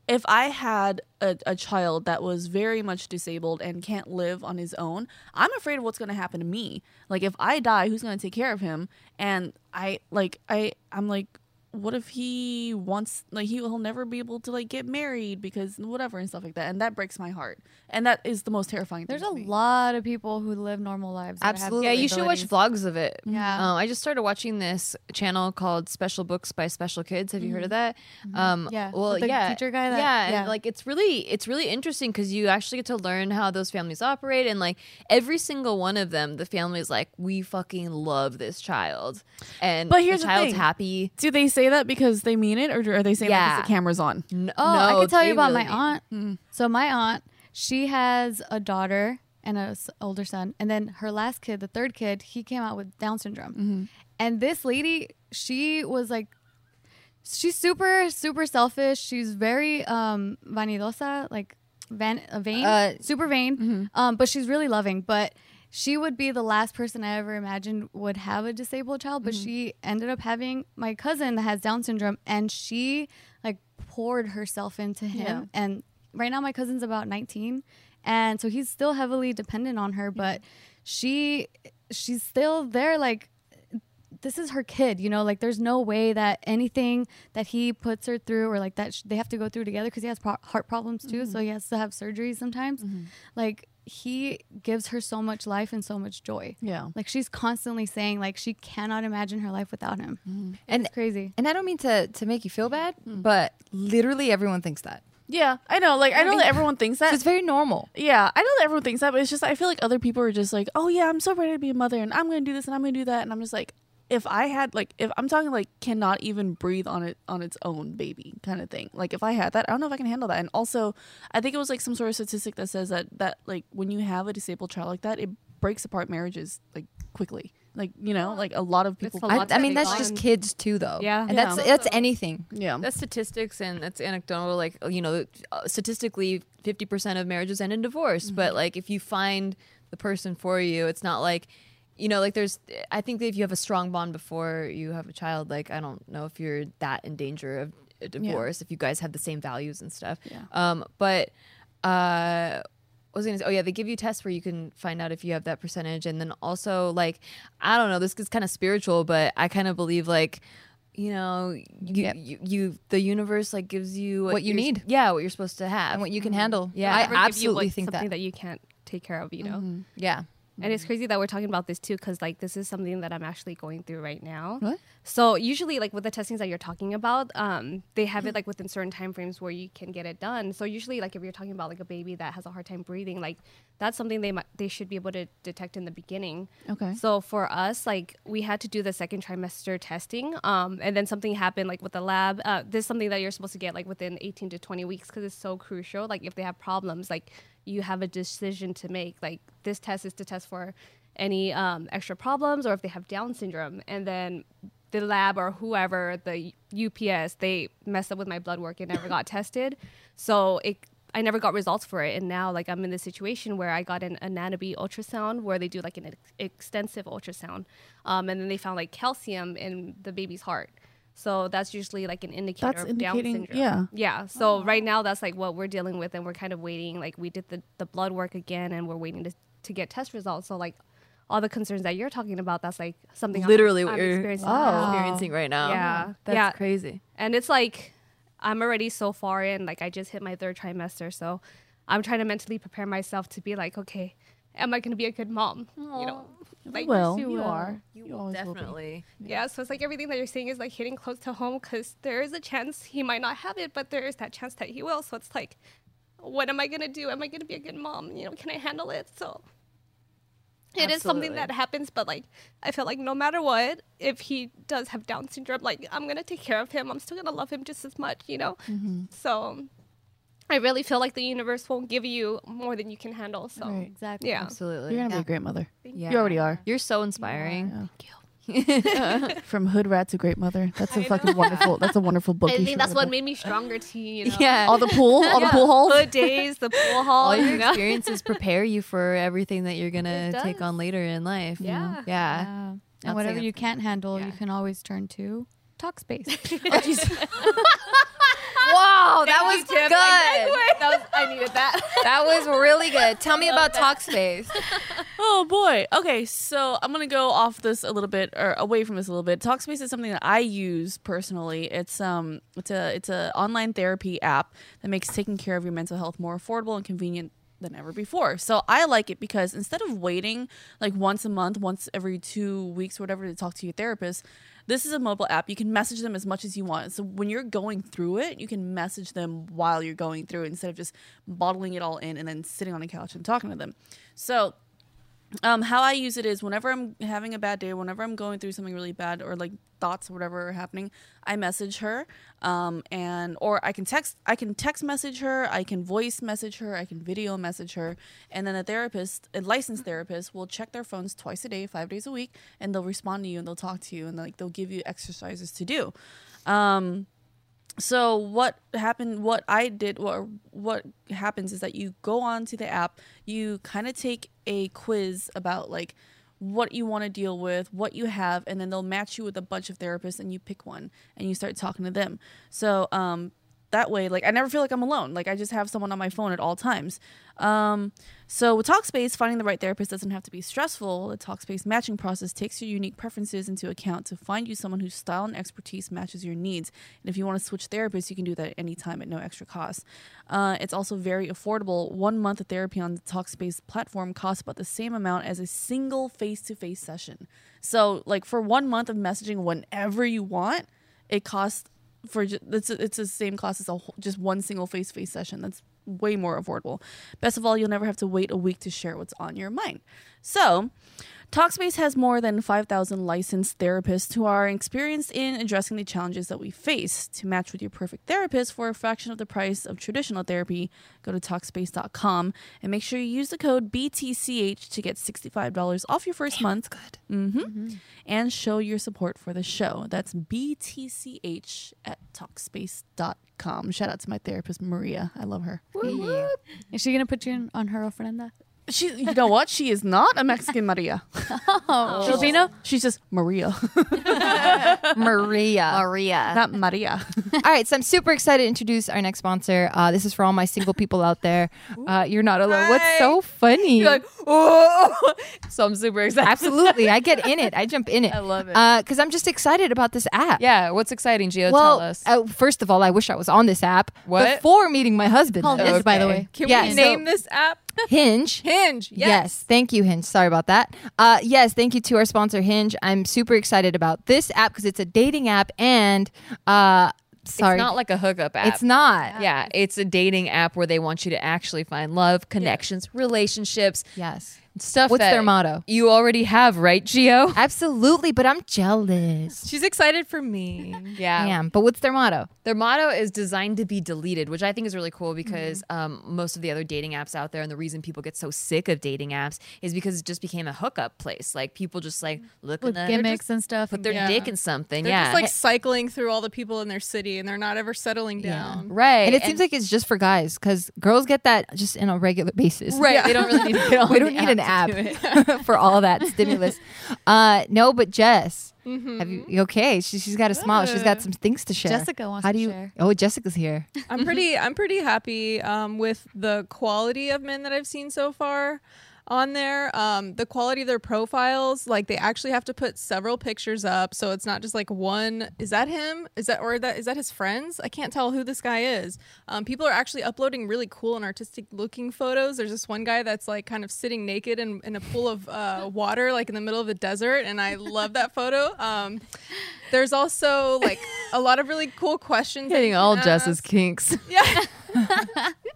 Speaker 4: if I had a, a child that was very much disabled and can't live on his own, I'm afraid of what's going to happen to me. Like if I die, who's going to take care of him? And I like I I'm like what if he wants like he, he'll never be able to like get married because whatever and stuff like that and that breaks my heart and that is the most terrifying thing
Speaker 2: There's
Speaker 4: to
Speaker 2: a
Speaker 4: me.
Speaker 2: lot of people who live normal lives. that have
Speaker 1: Absolutely.
Speaker 3: Yeah, you should watch
Speaker 2: disabilities.
Speaker 3: vlogs of it.
Speaker 2: Yeah.
Speaker 3: Um, I just started watching this channel called Special Books by Special Kids. Have you
Speaker 1: Mm-hmm.
Speaker 3: heard of that? Um,
Speaker 2: Yeah,
Speaker 3: Well,
Speaker 2: with the
Speaker 3: yeah.
Speaker 2: teacher guy that-
Speaker 3: yeah, and
Speaker 2: yeah.
Speaker 3: like it's really it's really interesting because you actually get to learn how those families operate, and like every single one of them, the family's like, we fucking love this child, and
Speaker 4: But here's the
Speaker 3: child's
Speaker 4: thing.
Speaker 3: happy.
Speaker 4: Do they say that because they mean it, or are they saying that
Speaker 3: Yeah.
Speaker 4: because the camera's on?
Speaker 3: No,
Speaker 2: Oh, I could tell
Speaker 3: they
Speaker 2: you mm. about
Speaker 3: really
Speaker 2: my
Speaker 3: mean-
Speaker 2: aunt. So my aunt, she has a daughter and an older son, and then her last kid, the third kid, he came out with Down syndrome. And this lady, she was like, she's super super selfish. She's very um vanidosa, like van uh, vain,
Speaker 1: Uh,
Speaker 2: super vain. Um, but she's really loving. But she would be the last person I ever imagined would have a disabled child, but she ended up having my cousin that has Down syndrome, and she like poured herself into him. And right now, my cousin's about 19, and so he's still heavily dependent on her, but she she's still there, like this is her kid, you know, like there's no way that anything that he puts her through or like that sh- they have to go through together because he has pro- heart problems too. So he has to have surgery sometimes. Like he gives her so much life and so much joy.
Speaker 4: Yeah.
Speaker 2: Like she's constantly saying like she cannot imagine her life without him.
Speaker 1: and
Speaker 2: It's crazy.
Speaker 1: and I don't mean to to make you feel bad,
Speaker 3: Mm.
Speaker 1: but literally everyone thinks that.
Speaker 4: Yeah, I know. Like I know that everyone thinks
Speaker 1: So it's
Speaker 4: that.
Speaker 1: very normal.
Speaker 4: Yeah, I know that everyone thinks that, but it's just I feel like other people are just like, oh yeah, I'm so ready to be a mother, and I'm gonna do this, and I'm gonna do that, and I'm just like, if I had like, if I'm talking like, cannot even breathe on it on its own, baby, kind of thing. Like if I had that, I don't know if I can handle that. And also, I think it was like some sort of statistic that says that that like when you have a disabled child like that, it breaks apart marriages like quickly. Like you know, like a lot of people.
Speaker 5: a
Speaker 1: I,
Speaker 5: lot
Speaker 1: I mean,
Speaker 5: that
Speaker 1: that's
Speaker 5: goes
Speaker 1: just
Speaker 5: on.
Speaker 1: kids too, though.
Speaker 5: Yeah.
Speaker 1: and that's that's anything.
Speaker 4: yeah.
Speaker 3: That's statistics and that's anecdotal. Like you know, uh, statistically, fifty percent of marriages end in divorce. But like, if you find the person for you, it's not like you know, like there's. I think that if you have a strong bond before you have a child, like I don't know if you're that in danger of a divorce if you guys have the same values and stuff.
Speaker 4: Yeah.
Speaker 3: Um, but uh. I was gonna say, oh yeah, they give you tests where you can find out if you have that percentage, and then also like, I don't know, this is kind of spiritual, but I kind of believe like, you know, you, you, you the universe like gives you
Speaker 1: What you
Speaker 3: you're-
Speaker 1: need.
Speaker 3: yeah, what you're supposed to have,
Speaker 1: And what you can handle.
Speaker 3: Yeah.
Speaker 1: I
Speaker 5: Never give you,
Speaker 1: absolutely
Speaker 5: like,
Speaker 1: think that.
Speaker 5: something that Mm-hmm. you can't take care of. You know.
Speaker 1: Yeah.
Speaker 5: And it's crazy that we're talking about this too, because like this is something that I'm actually going through right now.
Speaker 4: What?
Speaker 5: So usually, like with the testings that you're talking about, um, they have it like within certain timeframes where you can get it done. So usually, like if you're talking about like a baby that has a hard time breathing, like that's something they might they should be able to detect in the beginning.
Speaker 4: Okay.
Speaker 5: So for us, like we had to do the second trimester testing, um, and then something happened like with the lab. Uh, this is something that you're supposed to get like within 18 to 20 weeks because it's so crucial. Like if they have problems, like you have a decision to make. Like this test is to test for any um, extra problems or if they have Down syndrome, and then the lab or whoever the UPS they messed up with my blood work and never got tested. So it I never got results for it, and now like I'm in this situation where I got an anatomy ultrasound where they do like an ex- extensive ultrasound, um, and then they found like calcium in the baby's heart. So that's usually like an indicator
Speaker 4: That's
Speaker 5: of Down
Speaker 4: indicating-
Speaker 5: syndrome.
Speaker 4: yeah.
Speaker 5: Yeah. So
Speaker 3: Oh.
Speaker 5: right now that's like what we're dealing with and we're kind of waiting. Like we did the, the blood work again and we're waiting to, to get test results. So like all the concerns that you're talking about, that's like something I'm-
Speaker 3: Literally what
Speaker 5: I'm
Speaker 3: you're Oh.
Speaker 5: experiencing.
Speaker 2: Wow.
Speaker 3: experiencing right now.
Speaker 5: Yeah.
Speaker 3: That's
Speaker 5: Yeah.
Speaker 3: crazy.
Speaker 5: And it's like I'm already so far in, like I just hit my third trimester, so I'm trying to mentally prepare myself to be like, okay, am I gonna be a good mom? You know, like
Speaker 4: well,
Speaker 5: yes,
Speaker 4: you are.
Speaker 3: You,
Speaker 4: always will be.
Speaker 3: definitely.
Speaker 5: Yeah, so it's like everything that you're saying is like hitting close to home because there is a chance he might not have it, but there is that chance that he will. So it's like, what am I gonna do? Am I gonna be a good mom? You know, can I handle it? So it is something
Speaker 3: Absolutely.
Speaker 5: that happens, but like I feel like no matter what, if he does have Down syndrome, like I'm gonna take care of him. I'm still gonna love him just as much, you know.
Speaker 3: Mm-hmm.
Speaker 5: So I really feel like the universe won't give you more than you can handle. So
Speaker 4: Right.
Speaker 2: Exactly.
Speaker 5: yeah,
Speaker 3: Absolutely.
Speaker 4: You're gonna be
Speaker 3: Yeah.
Speaker 4: a great mother.
Speaker 3: Yeah.
Speaker 4: You already are.
Speaker 3: You're so inspiring.
Speaker 4: Yeah. From hood rat to great mother. That's a fucking wonderful. That's a wonderful book.
Speaker 5: I
Speaker 4: you
Speaker 5: think
Speaker 4: should
Speaker 5: that's
Speaker 4: write
Speaker 5: what
Speaker 4: about.
Speaker 5: made me stronger
Speaker 3: <laughs>
Speaker 5: too. You know?
Speaker 3: Yeah.
Speaker 4: all the pool, all the pool holes.
Speaker 5: Good days, the pool hall.
Speaker 3: Oh. all your
Speaker 5: you know?
Speaker 3: experiences prepare you for everything that you're gonna
Speaker 5: It
Speaker 3: take
Speaker 5: does.
Speaker 3: on later in life.
Speaker 5: Yeah.
Speaker 3: Mm-hmm. Yeah.
Speaker 2: Yeah.
Speaker 3: I'd say
Speaker 2: And whatever
Speaker 3: that's
Speaker 2: you can't handle,
Speaker 3: yeah.
Speaker 2: you can always turn to
Speaker 5: <laughs>
Speaker 2: talk space.
Speaker 1: Wow, that was
Speaker 5: Thank you,
Speaker 1: good.
Speaker 5: Tim.
Speaker 1: That
Speaker 5: <laughs> That was, I needed that.
Speaker 1: was really good. Tell me about
Speaker 3: <laughs>
Speaker 1: Talkspace.
Speaker 4: Oh boy. Okay, so I'm gonna go off this a little bit or away from this a little bit. Talkspace is something that I use personally. It's um it's a it's a online therapy app that makes taking care of your mental health more affordable and convenient than ever before. So I like it because instead of waiting like once a month, once every two weeks, whatever, to talk to your therapist, this is a mobile app. You can message them as much as you want. So when you're going through it, you can message them while you're going through it instead of just bottling it all in and then sitting on a couch and talking to them. So um, how I use it is whenever I'm having a bad day, whenever I'm going through something really bad or like thoughts or whatever are happening, I message her, um, and or I can text, I can text message her, I can voice message her, I can video message her, and then a therapist, a licensed therapist, will check their phones twice a day, five days a week, and they'll respond to you and they'll talk to you and like they'll give you exercises to do. Um, so what happened what i did what what happens is that you go on to the app you kind of take a quiz about like what you want to deal with what you have and then they'll match you with a bunch of therapists and you pick one and you start talking to them so um that way like i never feel like i'm alone like i just have someone on my phone at all times um, so with talkspace finding the right therapist doesn't have to be stressful the talkspace matching process takes your unique preferences into account to find you someone whose style and expertise matches your needs and if you want to switch therapists you can do that at any time at no extra cost uh, it's also very affordable one month of therapy on the talkspace platform costs about the same amount as a single face-to-face session so like for one month of messaging whenever you want it costs for ju- it's it's the same cost as a whole, just one single face to face session. That's way more affordable. Best of all, you'll never have to wait a week to share what's on your mind. So, Talkspace has more than 5,000 licensed therapists who are experienced in addressing the challenges that we face. To match with your perfect therapist for a fraction of the price of traditional therapy, go to talkspace.com and make sure you use the code BTCH to get $65 off your first month. Good. Mm-hmm and show your support for the show. That's BTCH at Talkspace.com. Shout out to my therapist, Maria. I love her.
Speaker 2: Is she gonna put you in, on her ofrenda?
Speaker 4: She, you know what? She is not a Mexican Maria.
Speaker 2: <laughs> Oh, Filipino.
Speaker 4: She's just Maria,
Speaker 1: Maria.
Speaker 2: Uh,
Speaker 3: Maria.
Speaker 4: not Maria.
Speaker 1: All right, so I'm super excited to introduce our next sponsor. Uh, this is for all my single people out there. Uh, you're not alone. What's so funny?
Speaker 3: <laughs> oh. so I'm super excited.
Speaker 1: Absolutely, I get in it. I jump in it. I
Speaker 3: love it.
Speaker 1: because I'm just excited about this app.
Speaker 3: Yeah. What's exciting, Gio?
Speaker 1: Well,
Speaker 3: tell us.
Speaker 1: uh, first of all, I wish I was on this app
Speaker 3: What?
Speaker 1: before meeting my husband.
Speaker 2: Called
Speaker 1: though.
Speaker 2: Hinge, by the way.
Speaker 3: Can
Speaker 1: yeah,
Speaker 3: we
Speaker 1: so-
Speaker 3: name this app?
Speaker 1: Hinge.
Speaker 3: Hinge.
Speaker 1: Yes. Thank you, Hinge. Sorry about that. Uh, yes. Thank you to our sponsor, Hinge. I'm super excited about this app because it's a dating app and, uh, sorry.
Speaker 3: It's not like a hookup app.
Speaker 1: It's not.
Speaker 3: Yeah, it's a dating app where they want you to actually find love, connections, relationships,
Speaker 1: Yes.
Speaker 3: stuff.
Speaker 1: What's
Speaker 3: that
Speaker 1: their motto?
Speaker 3: You already have, right, Gio?
Speaker 1: Absolutely. But I'm jealous.
Speaker 3: She's excited for me. Yeah.
Speaker 1: I am. But what's their motto?
Speaker 3: Their motto is designed to be deleted, which I think is really cool because
Speaker 6: Mm-hmm.
Speaker 3: um, most of the other dating apps out there, and the reason people get so sick of dating apps is because it just became a hookup place. Like people just
Speaker 6: Mm.
Speaker 3: like look in
Speaker 2: With
Speaker 3: the they're
Speaker 2: gimmicks
Speaker 3: just-
Speaker 2: and stuff.
Speaker 3: put their
Speaker 2: and-
Speaker 3: dick in something.
Speaker 6: They're
Speaker 3: yeah.
Speaker 6: just like cycling through all the people in their city and they're not ever settling down.
Speaker 3: right.
Speaker 1: And it seems like it's just for guys because girls get that just on a regular basis. <laughs>
Speaker 3: right. They don't really need to get on
Speaker 1: We don't
Speaker 3: the
Speaker 1: need an app <laughs> for all that
Speaker 3: <laughs>
Speaker 1: stimulus. Uh, no, but Jess, have
Speaker 3: Mm-hmm.
Speaker 1: you you okay? She, she's got a smile. She's
Speaker 3: Uh,
Speaker 1: got some things to share.
Speaker 2: Jessica wants
Speaker 1: How
Speaker 2: to
Speaker 1: do you,
Speaker 2: share.
Speaker 1: Oh, Jessica's here.
Speaker 6: I'm
Speaker 3: Mm-hmm.
Speaker 6: pretty I'm pretty happy um, with the quality of men that I've seen so far on there. Um, the quality of their profiles, like they actually have to put several pictures up, so it's not just like one. Is that him? Is that or that is that his friends? I can't tell who this guy is. Um, people are actually uploading really cool and artistic looking photos. There's this one guy that's like kind of sitting naked in, in a pool
Speaker 3: <laughs>
Speaker 6: of uh, water, like in the middle of the desert, and I love that photo. Um, there's also like a lot of really cool questions. that
Speaker 3: Hitting
Speaker 6: you
Speaker 3: all
Speaker 6: can
Speaker 3: Jess's
Speaker 6: ask. <laughs>
Speaker 3: kinks.
Speaker 6: Yeah.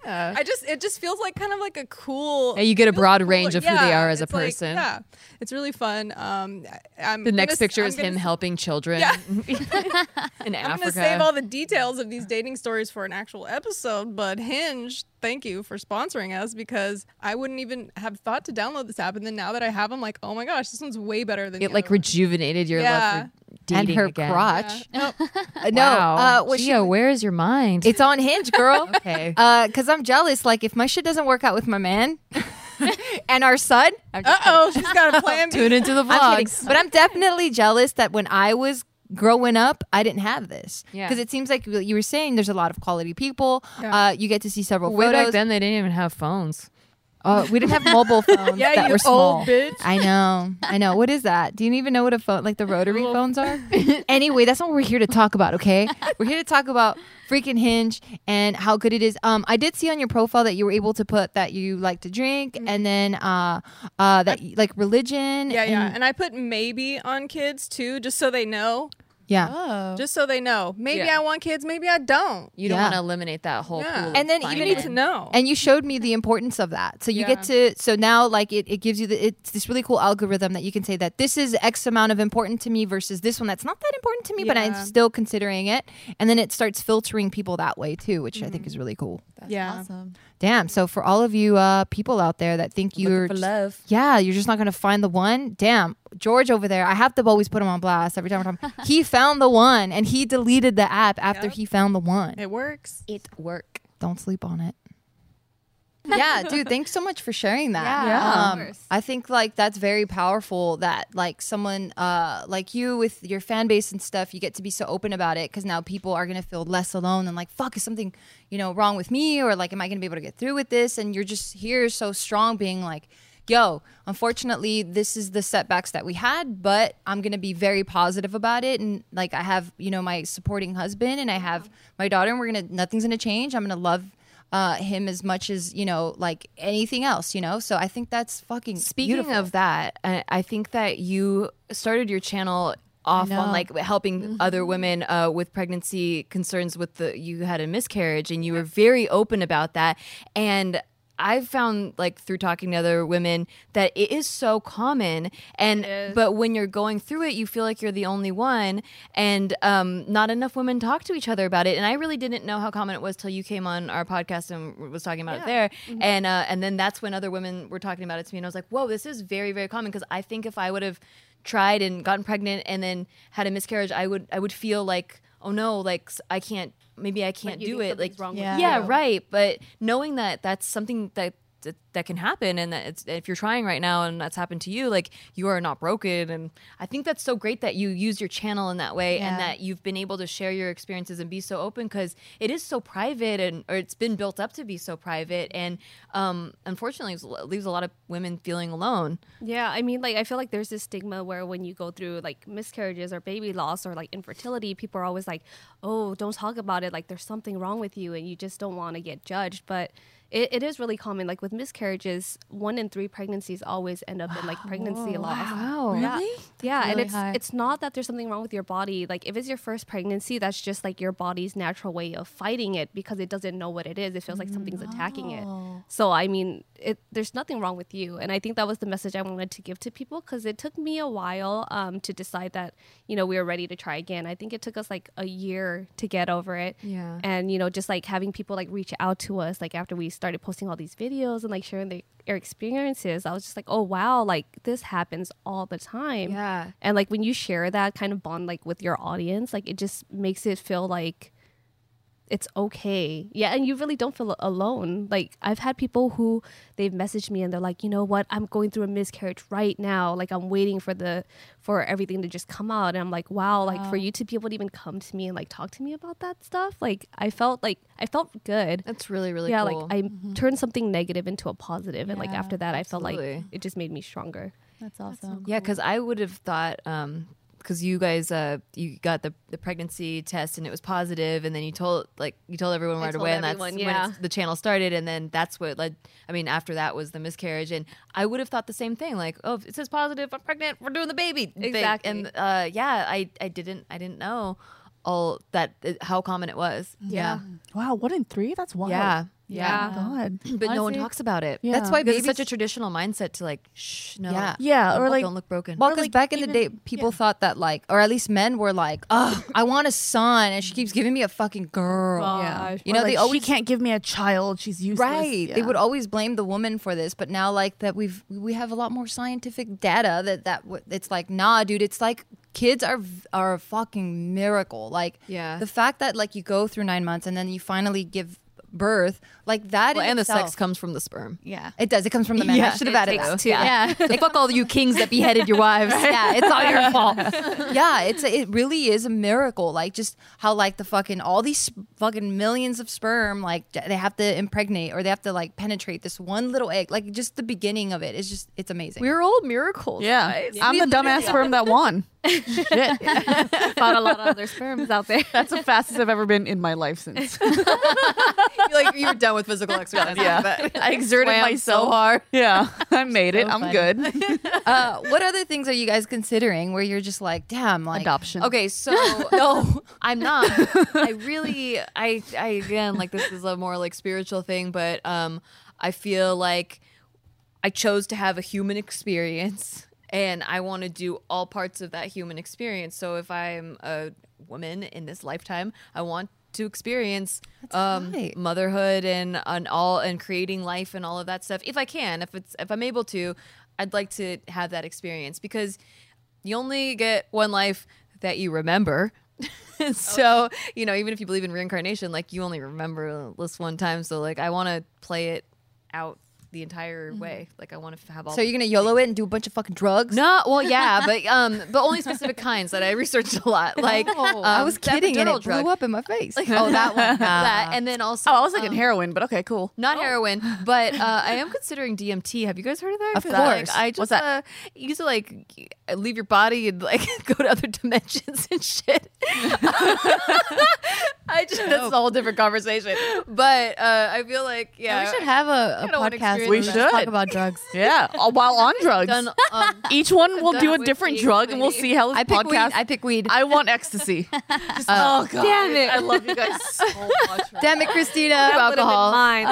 Speaker 6: I just it just feels like kind of like a cool.
Speaker 3: And you get a
Speaker 6: feels
Speaker 3: broad range of who they
Speaker 6: Yeah,
Speaker 3: are as a
Speaker 6: it's like-
Speaker 3: person.
Speaker 6: yeah, it's really fun. Um, I, am
Speaker 3: The next picture is him helping children <laughs>
Speaker 6: Yeah. <laughs>
Speaker 3: in
Speaker 6: I'm
Speaker 3: Africa.
Speaker 6: gonna save all the details of these dating stories for an actual episode, but Hinge, thank you for sponsoring us because I wouldn't even have thought to download this app, and then now that I have, I'm like, oh my gosh, this one's way better than
Speaker 3: it
Speaker 6: the
Speaker 3: like
Speaker 6: other one.
Speaker 3: rejuvenated your
Speaker 6: Yeah.
Speaker 3: love for dating
Speaker 1: and her
Speaker 3: again.
Speaker 1: crotch.
Speaker 3: <laughs>
Speaker 1: Uh, No,
Speaker 3: Wow.
Speaker 1: uh, what she-
Speaker 3: Gia, where is your
Speaker 1: <laughs>
Speaker 3: mind?
Speaker 1: it's on Hinge, girl.
Speaker 3: <laughs> okay.
Speaker 1: Because I'm jealous. Like if my shit doesn't work out with my
Speaker 3: <laughs>
Speaker 1: man <laughs> and our son, I'm just
Speaker 6: Uh oh, she's
Speaker 3: <laughs>
Speaker 6: got a plan.
Speaker 3: Tune into the
Speaker 1: I'm kidding.
Speaker 3: vlogs.
Speaker 1: But I'm definitely jealous that when I was growing up, I didn't have this.
Speaker 3: Yeah.
Speaker 1: Because it seems like what you were saying there's a lot of quality people. Uh, you get to see several
Speaker 3: Way
Speaker 1: photos.
Speaker 3: back then, they didn't even have phones.
Speaker 1: Uh, we didn't have
Speaker 6: <laughs>
Speaker 1: mobile phones
Speaker 6: Yeah,
Speaker 1: that
Speaker 6: you
Speaker 1: were small.
Speaker 6: old bitch.
Speaker 1: I know. I know. What is that? Do you even know what a phone like the rotary phones
Speaker 6: <laughs>
Speaker 1: are? anyway, that's not what we're here to talk about, okay? We're here to talk about freaking Hinge and how good it is. Um I did see on your profile that you were able to put that you like to drink and then uh uh that you- like religion
Speaker 6: Mm. Yeah, yeah,
Speaker 1: and-
Speaker 6: and I put maybe on kids too, just so they know.
Speaker 1: yeah.
Speaker 2: <laughs> Oh.
Speaker 6: Just so they know. Maybe
Speaker 3: Yeah.
Speaker 6: I want kids, maybe I don't.
Speaker 3: You don't
Speaker 1: Yeah.
Speaker 3: want to eliminate that whole
Speaker 6: Yeah.
Speaker 3: pool. of
Speaker 1: And then
Speaker 3: fine
Speaker 1: even
Speaker 6: You
Speaker 1: if-
Speaker 6: need
Speaker 3: men.
Speaker 6: to know.
Speaker 1: and you showed me the importance of that so you get to so now like it, it gives you the it's this really cool algorithm that you can say that this is x amount of important to me versus this one that's not that important to me but i'm
Speaker 6: Yeah.
Speaker 1: still considering it and then it starts filtering people that way too which i think is really cool
Speaker 6: yeah.
Speaker 2: Awesome.
Speaker 1: damn so for all of you uh people out there that think you're just-
Speaker 3: love.
Speaker 1: yeah you're just not gonna find the one damn george over there i have to always put him on blast every time we're talking he found the one and he deleted the app after he found the one
Speaker 6: It works.
Speaker 3: It work.
Speaker 1: don't sleep on it. yeah, dude, thanks so much for sharing that.
Speaker 2: Yeah, of
Speaker 1: Um,
Speaker 2: course.
Speaker 1: I think like that's very powerful that like someone uh like you with your fan base and stuff, you get to be so open about it cuz now people are going to feel less alone and like fuck is something, you know, wrong with me or like am I going to be able to get through with this and you're just here so strong being like Yo, unfortunately, this is the setbacks that we had, but I'm going to be very positive about it. And like, I have, you know, my supporting husband and I have my daughter, and we're going to, nothing's going to change. I'm going to love uh, him as much as you know, like anything else, you know. So I think that's fucking
Speaker 3: Speaking
Speaker 1: beautiful.
Speaker 3: of that, I, I think that you started your channel off on
Speaker 2: know.
Speaker 3: like helping other women uh, with pregnancy concerns with the you had a miscarriage and you were very open about that and I've found like through talking to other women that it is so common and but when you're going through it you feel like you're the only one and um, not enough women talk to each other about it and I really didn't know how common it was till you came on our podcast and was talking about it there
Speaker 5: Mm-hmm.
Speaker 3: and uh, and then that's when other women were talking about it to me and I was like whoa this is very very common because I think if I would have tried and gotten pregnant and then had a miscarriage I would I would feel like oh no like s- I can't maybe I can't
Speaker 5: you
Speaker 3: do
Speaker 5: think
Speaker 3: it like
Speaker 5: something's wrong with
Speaker 2: Yeah.
Speaker 5: you.
Speaker 3: yeah, right. But knowing that that's something that that, that can happen, and that it's, if you're trying right now, and that's happened to you, like you are not broken. And I think that's so great that you use your channel in that way,
Speaker 2: Yeah.
Speaker 3: and that you've been able to share your experiences and be so open because it is so private, and or it's been built up to be so private, and um, unfortunately, it leaves a lot of women feeling alone.
Speaker 5: <laughs> Yeah, I mean, like I feel like there's this stigma where when you go through like miscarriages or baby loss or like infertility, people are always like, "Oh, don't talk about it. Like there's something wrong with you, and you just don't want to get judged." But it, it is really common. Like with miscarriages, one in three pregnancies always end up in like pregnancy loss.
Speaker 3: Oh, Wow.
Speaker 5: Yeah. Yeah, and
Speaker 2: really
Speaker 5: it's
Speaker 2: high.
Speaker 5: it's not that there's something wrong with your body. Like if it's your first pregnancy, that's just like your body's natural way of fighting it because it doesn't know what it is. It feels like something's attacking it. So I mean, it there's nothing wrong with you. And I think that was the message I wanted to give to people because it took me a while um, to decide that you know we were ready to try again. I think it took us like a year to get over it.
Speaker 3: Yeah.
Speaker 5: And you know, just like having people like reach out to us, like after we started posting all these videos and like sharing their, their experiences, I was just like, oh wow, like this happens all the time.
Speaker 3: Yeah.
Speaker 5: And like when you share that kind of bond like with your audience, like it just makes it feel like it's okay. Yeah, and you really don't feel alone. Like I've had people who they've messaged me and they're like, "You know what? I'm going through a miscarriage right now. Like I'm waiting for the for everything to just come out." And I'm like, "Wow, like for you to be able to even come to me and like talk to me about that stuff, like I felt like I felt good."
Speaker 3: That's really really
Speaker 5: yeah,
Speaker 3: cool.
Speaker 5: like I turned something negative into a positive, and like
Speaker 2: Yeah,
Speaker 5: after that, I felt like
Speaker 3: absolutely.
Speaker 5: it just made me stronger.
Speaker 2: That's
Speaker 4: Oh,
Speaker 2: awesome.
Speaker 3: Yeah, because I would have thought, um, because you guys, uh, you got the, the pregnancy test and it was positive, and then you told like you told everyone right
Speaker 5: told
Speaker 3: away, and
Speaker 5: everyone,
Speaker 3: that's
Speaker 5: yeah.
Speaker 3: when it's, the channel started, and then that's what led. I mean, after that was the miscarriage, and I would have thought the same thing, like, oh, if it says positive, I'm pregnant, we're doing the baby, thing.
Speaker 5: Exactly.
Speaker 3: And uh, yeah, I I didn't I didn't know all that how common it was. Yeah,
Speaker 4: Wow, one in three? That's wild.
Speaker 3: yeah, yeah.
Speaker 4: Oh my God.
Speaker 3: But no one talks about it.
Speaker 4: Yeah.
Speaker 1: That's why
Speaker 3: Because
Speaker 1: babies
Speaker 3: it's such a traditional mindset to like, shh, no,
Speaker 1: Yeah.
Speaker 4: Yeah, or
Speaker 3: don't-
Speaker 4: like-
Speaker 3: don't look broken.
Speaker 1: Well, because back in the day, people thought that like, or at least men were like, "Oh, I want a son, and she keeps giving me a fucking girl."
Speaker 5: Yeah.
Speaker 1: you know
Speaker 4: Or, like,
Speaker 1: they always
Speaker 4: she can't give me a child. She's useless.
Speaker 1: right. They
Speaker 4: Yeah.
Speaker 1: would always blame the woman for this, but now like that we've we have a lot more scientific data that that w- it's like, nah, dude, it's like kids are v- are a fucking miracle. Like,
Speaker 3: Yeah.
Speaker 1: the fact that like you go through nine months and then you finally give birth, like that,
Speaker 3: Well,
Speaker 1: in
Speaker 3: and the
Speaker 1: itself-
Speaker 3: sex comes from the sperm.
Speaker 2: Yeah.
Speaker 1: It does. It comes from the man. I should have added that.
Speaker 3: Yeah. So fuck all you kings that beheaded your wives.
Speaker 1: <laughs> yeah, it's all your
Speaker 3: <laughs>
Speaker 1: fault. yeah, it's it really is a miracle. Like just how like the fucking all these sp- fucking millions of sperm like j- they have to impregnate or they have to like penetrate this one little egg. Like just the beginning of it is just it's amazing.
Speaker 3: We're all miracles.
Speaker 4: Yeah. I'm the dumbass sperm that won. Shit.
Speaker 5: Found a lot
Speaker 2: <laughs>
Speaker 5: of other sperms out there.
Speaker 4: That's the fastest I've ever been in my life since.
Speaker 3: like
Speaker 4: <laughs>
Speaker 3: you were done with physical exercise.
Speaker 4: yeah. <laughs> I exerted
Speaker 3: Swam so
Speaker 4: myself hard. <laughs> Yeah. I made it. I'm
Speaker 1: funny.
Speaker 4: good. <laughs>
Speaker 1: uh, what other things are you guys considering where you're just like, damn, like
Speaker 4: Adoption.
Speaker 3: Okay, so <laughs> no, I'm <laughs> not. I really, I, I again, like this is a more like spiritual thing, but um, I feel like I chose to have a human experience, and I want to do all parts of that human experience. So if I'm a woman in this lifetime, I want to experience um,
Speaker 1: right.
Speaker 3: motherhood and on all and creating life and all of that stuff. If I can, if it's if I'm able to, I'd like to have that experience because you only get one life that you remember. And <laughs> so, you know, even if you believe in reincarnation, like you only remember this one time. So, like, I want to play it out the entire way. Like, I want to have all.
Speaker 1: Mm-hmm. So you're gonna YOLO it and do a bunch of fucking drugs?
Speaker 3: <laughs> no, well, yeah, but um, but only specific kinds that I researched a lot.
Speaker 1: <laughs>
Speaker 3: Like,
Speaker 1: Oh,
Speaker 3: um,
Speaker 1: I was kidding, and it
Speaker 3: drug.
Speaker 1: blew up in my face. oh, that <laughs> one.
Speaker 3: that, and then also,
Speaker 4: Oh, I was thinking
Speaker 3: um,
Speaker 4: heroin, but okay, cool.
Speaker 3: not
Speaker 1: Oh.
Speaker 3: heroin, but uh, I am considering DMT. Have you guys heard of that?
Speaker 1: Of
Speaker 3: 'Cause, like,
Speaker 1: course.
Speaker 3: I just
Speaker 4: What's that?
Speaker 3: Uh, used to like leave your body and like <laughs> go to other dimensions and
Speaker 1: <laughs>
Speaker 3: shit. I just that's a whole different conversation. But uh, I feel like yeah,
Speaker 1: We should have a, a
Speaker 3: kinda wanna
Speaker 1: podcast. where
Speaker 3: experience
Speaker 4: We
Speaker 1: just
Speaker 4: should.
Speaker 1: talk about
Speaker 3: <laughs>
Speaker 1: drugs.
Speaker 4: <laughs> Yeah. uh, While on drugs.
Speaker 3: done, um,
Speaker 4: Each one will
Speaker 3: done
Speaker 4: do a
Speaker 3: with
Speaker 4: different
Speaker 3: the
Speaker 4: drug and we'll
Speaker 3: activity.
Speaker 4: see how this
Speaker 1: I pick
Speaker 4: podcast.
Speaker 1: weed. I pick weed.
Speaker 4: I want <laughs> ecstasy. Just- oh god. Damn it. I love you <laughs> guys so much.
Speaker 1: Damn it, Christina.
Speaker 5: Alcohol.
Speaker 1: <laughs>
Speaker 5: Mine.
Speaker 3: she's <laughs>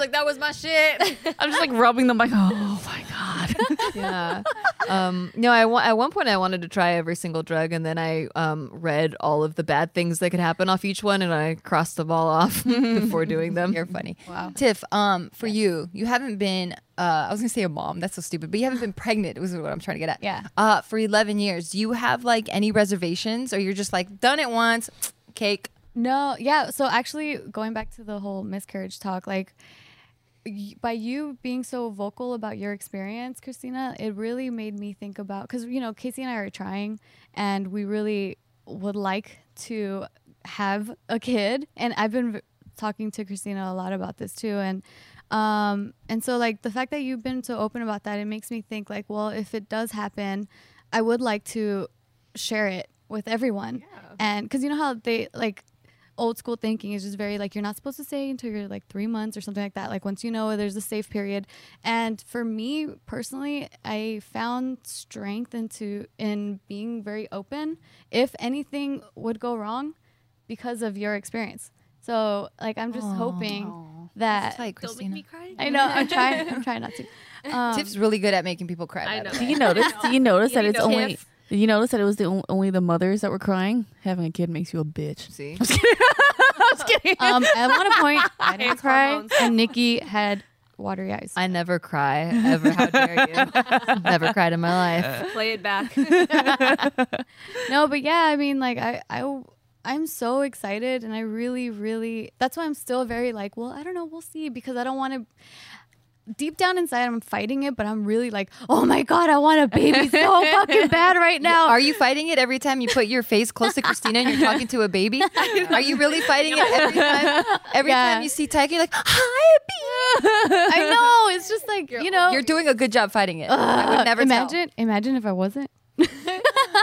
Speaker 3: like that was my shit.
Speaker 4: I'm just like rubbing them like, oh my god.
Speaker 3: yeah. <laughs> Um, no, I wa- at one point I wanted to try every single drug, and then I um, read all of the bad things that could happen off each one, and I crossed them all
Speaker 1: <laughs>
Speaker 3: off before doing them.
Speaker 1: You're funny. Wow. Tiff, um, for you, you haven't been uh I was gonna say a mom, that's so stupid, but you haven't been pregnant, was what I'm trying to get at.
Speaker 2: Yeah.
Speaker 1: Uh for eleven years. Do you have like any reservations or you're just like done it once, cake.
Speaker 2: No, yeah. So actually, going back to the whole miscarriage talk, like y- by you being so vocal about your experience, Christina, it really made me think about because you know Casey and I are trying, and we really would like to have a kid, and I've been v- talking to Christina a lot about this too, and um, and so like the fact that you've been so open about that, it makes me think like, well, if it does happen, I would like to share it with everyone, and because you know how they like old school thinking is just very like you're not supposed to say until you're like three months or something like that. Like once you know there's a safe period. And for me personally, I found strength into in being very open if anything would go wrong because of your experience. So like I'm just hoping that
Speaker 1: Tight, Christina.
Speaker 5: cry.
Speaker 2: I know I'm trying I'm trying not to. Um,
Speaker 1: Tiff's really good at making people cry. by the way.
Speaker 4: Do you notice? Do you notice that
Speaker 5: You
Speaker 4: it's
Speaker 5: know.
Speaker 4: only? Did you notice that it was the on- only the mothers that were crying? Having a kid makes you a bitch.
Speaker 3: See,
Speaker 2: um, at one point I didn't cry and Nikki had watery eyes.
Speaker 3: I never cry ever. How dare you? never cried in my life.
Speaker 5: Play it back.
Speaker 2: no but yeah i mean like i i I'm so excited and I really, really that's why I'm still very like, well, I don't know, we'll see because I don't want to deep down inside I'm fighting it, but I'm really like, oh my god, I want a baby so
Speaker 1: <laughs>
Speaker 2: fucking bad right now.
Speaker 1: Are you fighting it every time you put your face close to Christina and you're talking to a baby? Are you really fighting it
Speaker 3: <laughs>
Speaker 1: every time? Every
Speaker 2: Yeah.
Speaker 1: time you see Tiger, you're like, "Hi, baby."
Speaker 2: I know. It's just like you know.
Speaker 1: You're doing a good job fighting it. I would never tell. <laughs>
Speaker 2: imagine. Imagine if I wasn't.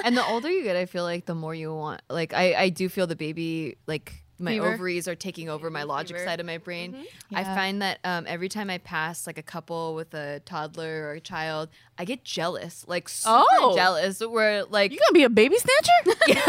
Speaker 3: and the older you get, I feel like the more you want. Like I, I do feel the baby like my
Speaker 2: Fever.
Speaker 3: ovaries are taking over my logic side of my brain.
Speaker 1: Mm-hmm.
Speaker 3: I
Speaker 2: Yeah.
Speaker 3: find that um, every time I pass like a couple with a toddler or a child, I get jealous, like super
Speaker 4: Oh.
Speaker 3: jealous. Where like
Speaker 4: You gonna be a baby snatcher?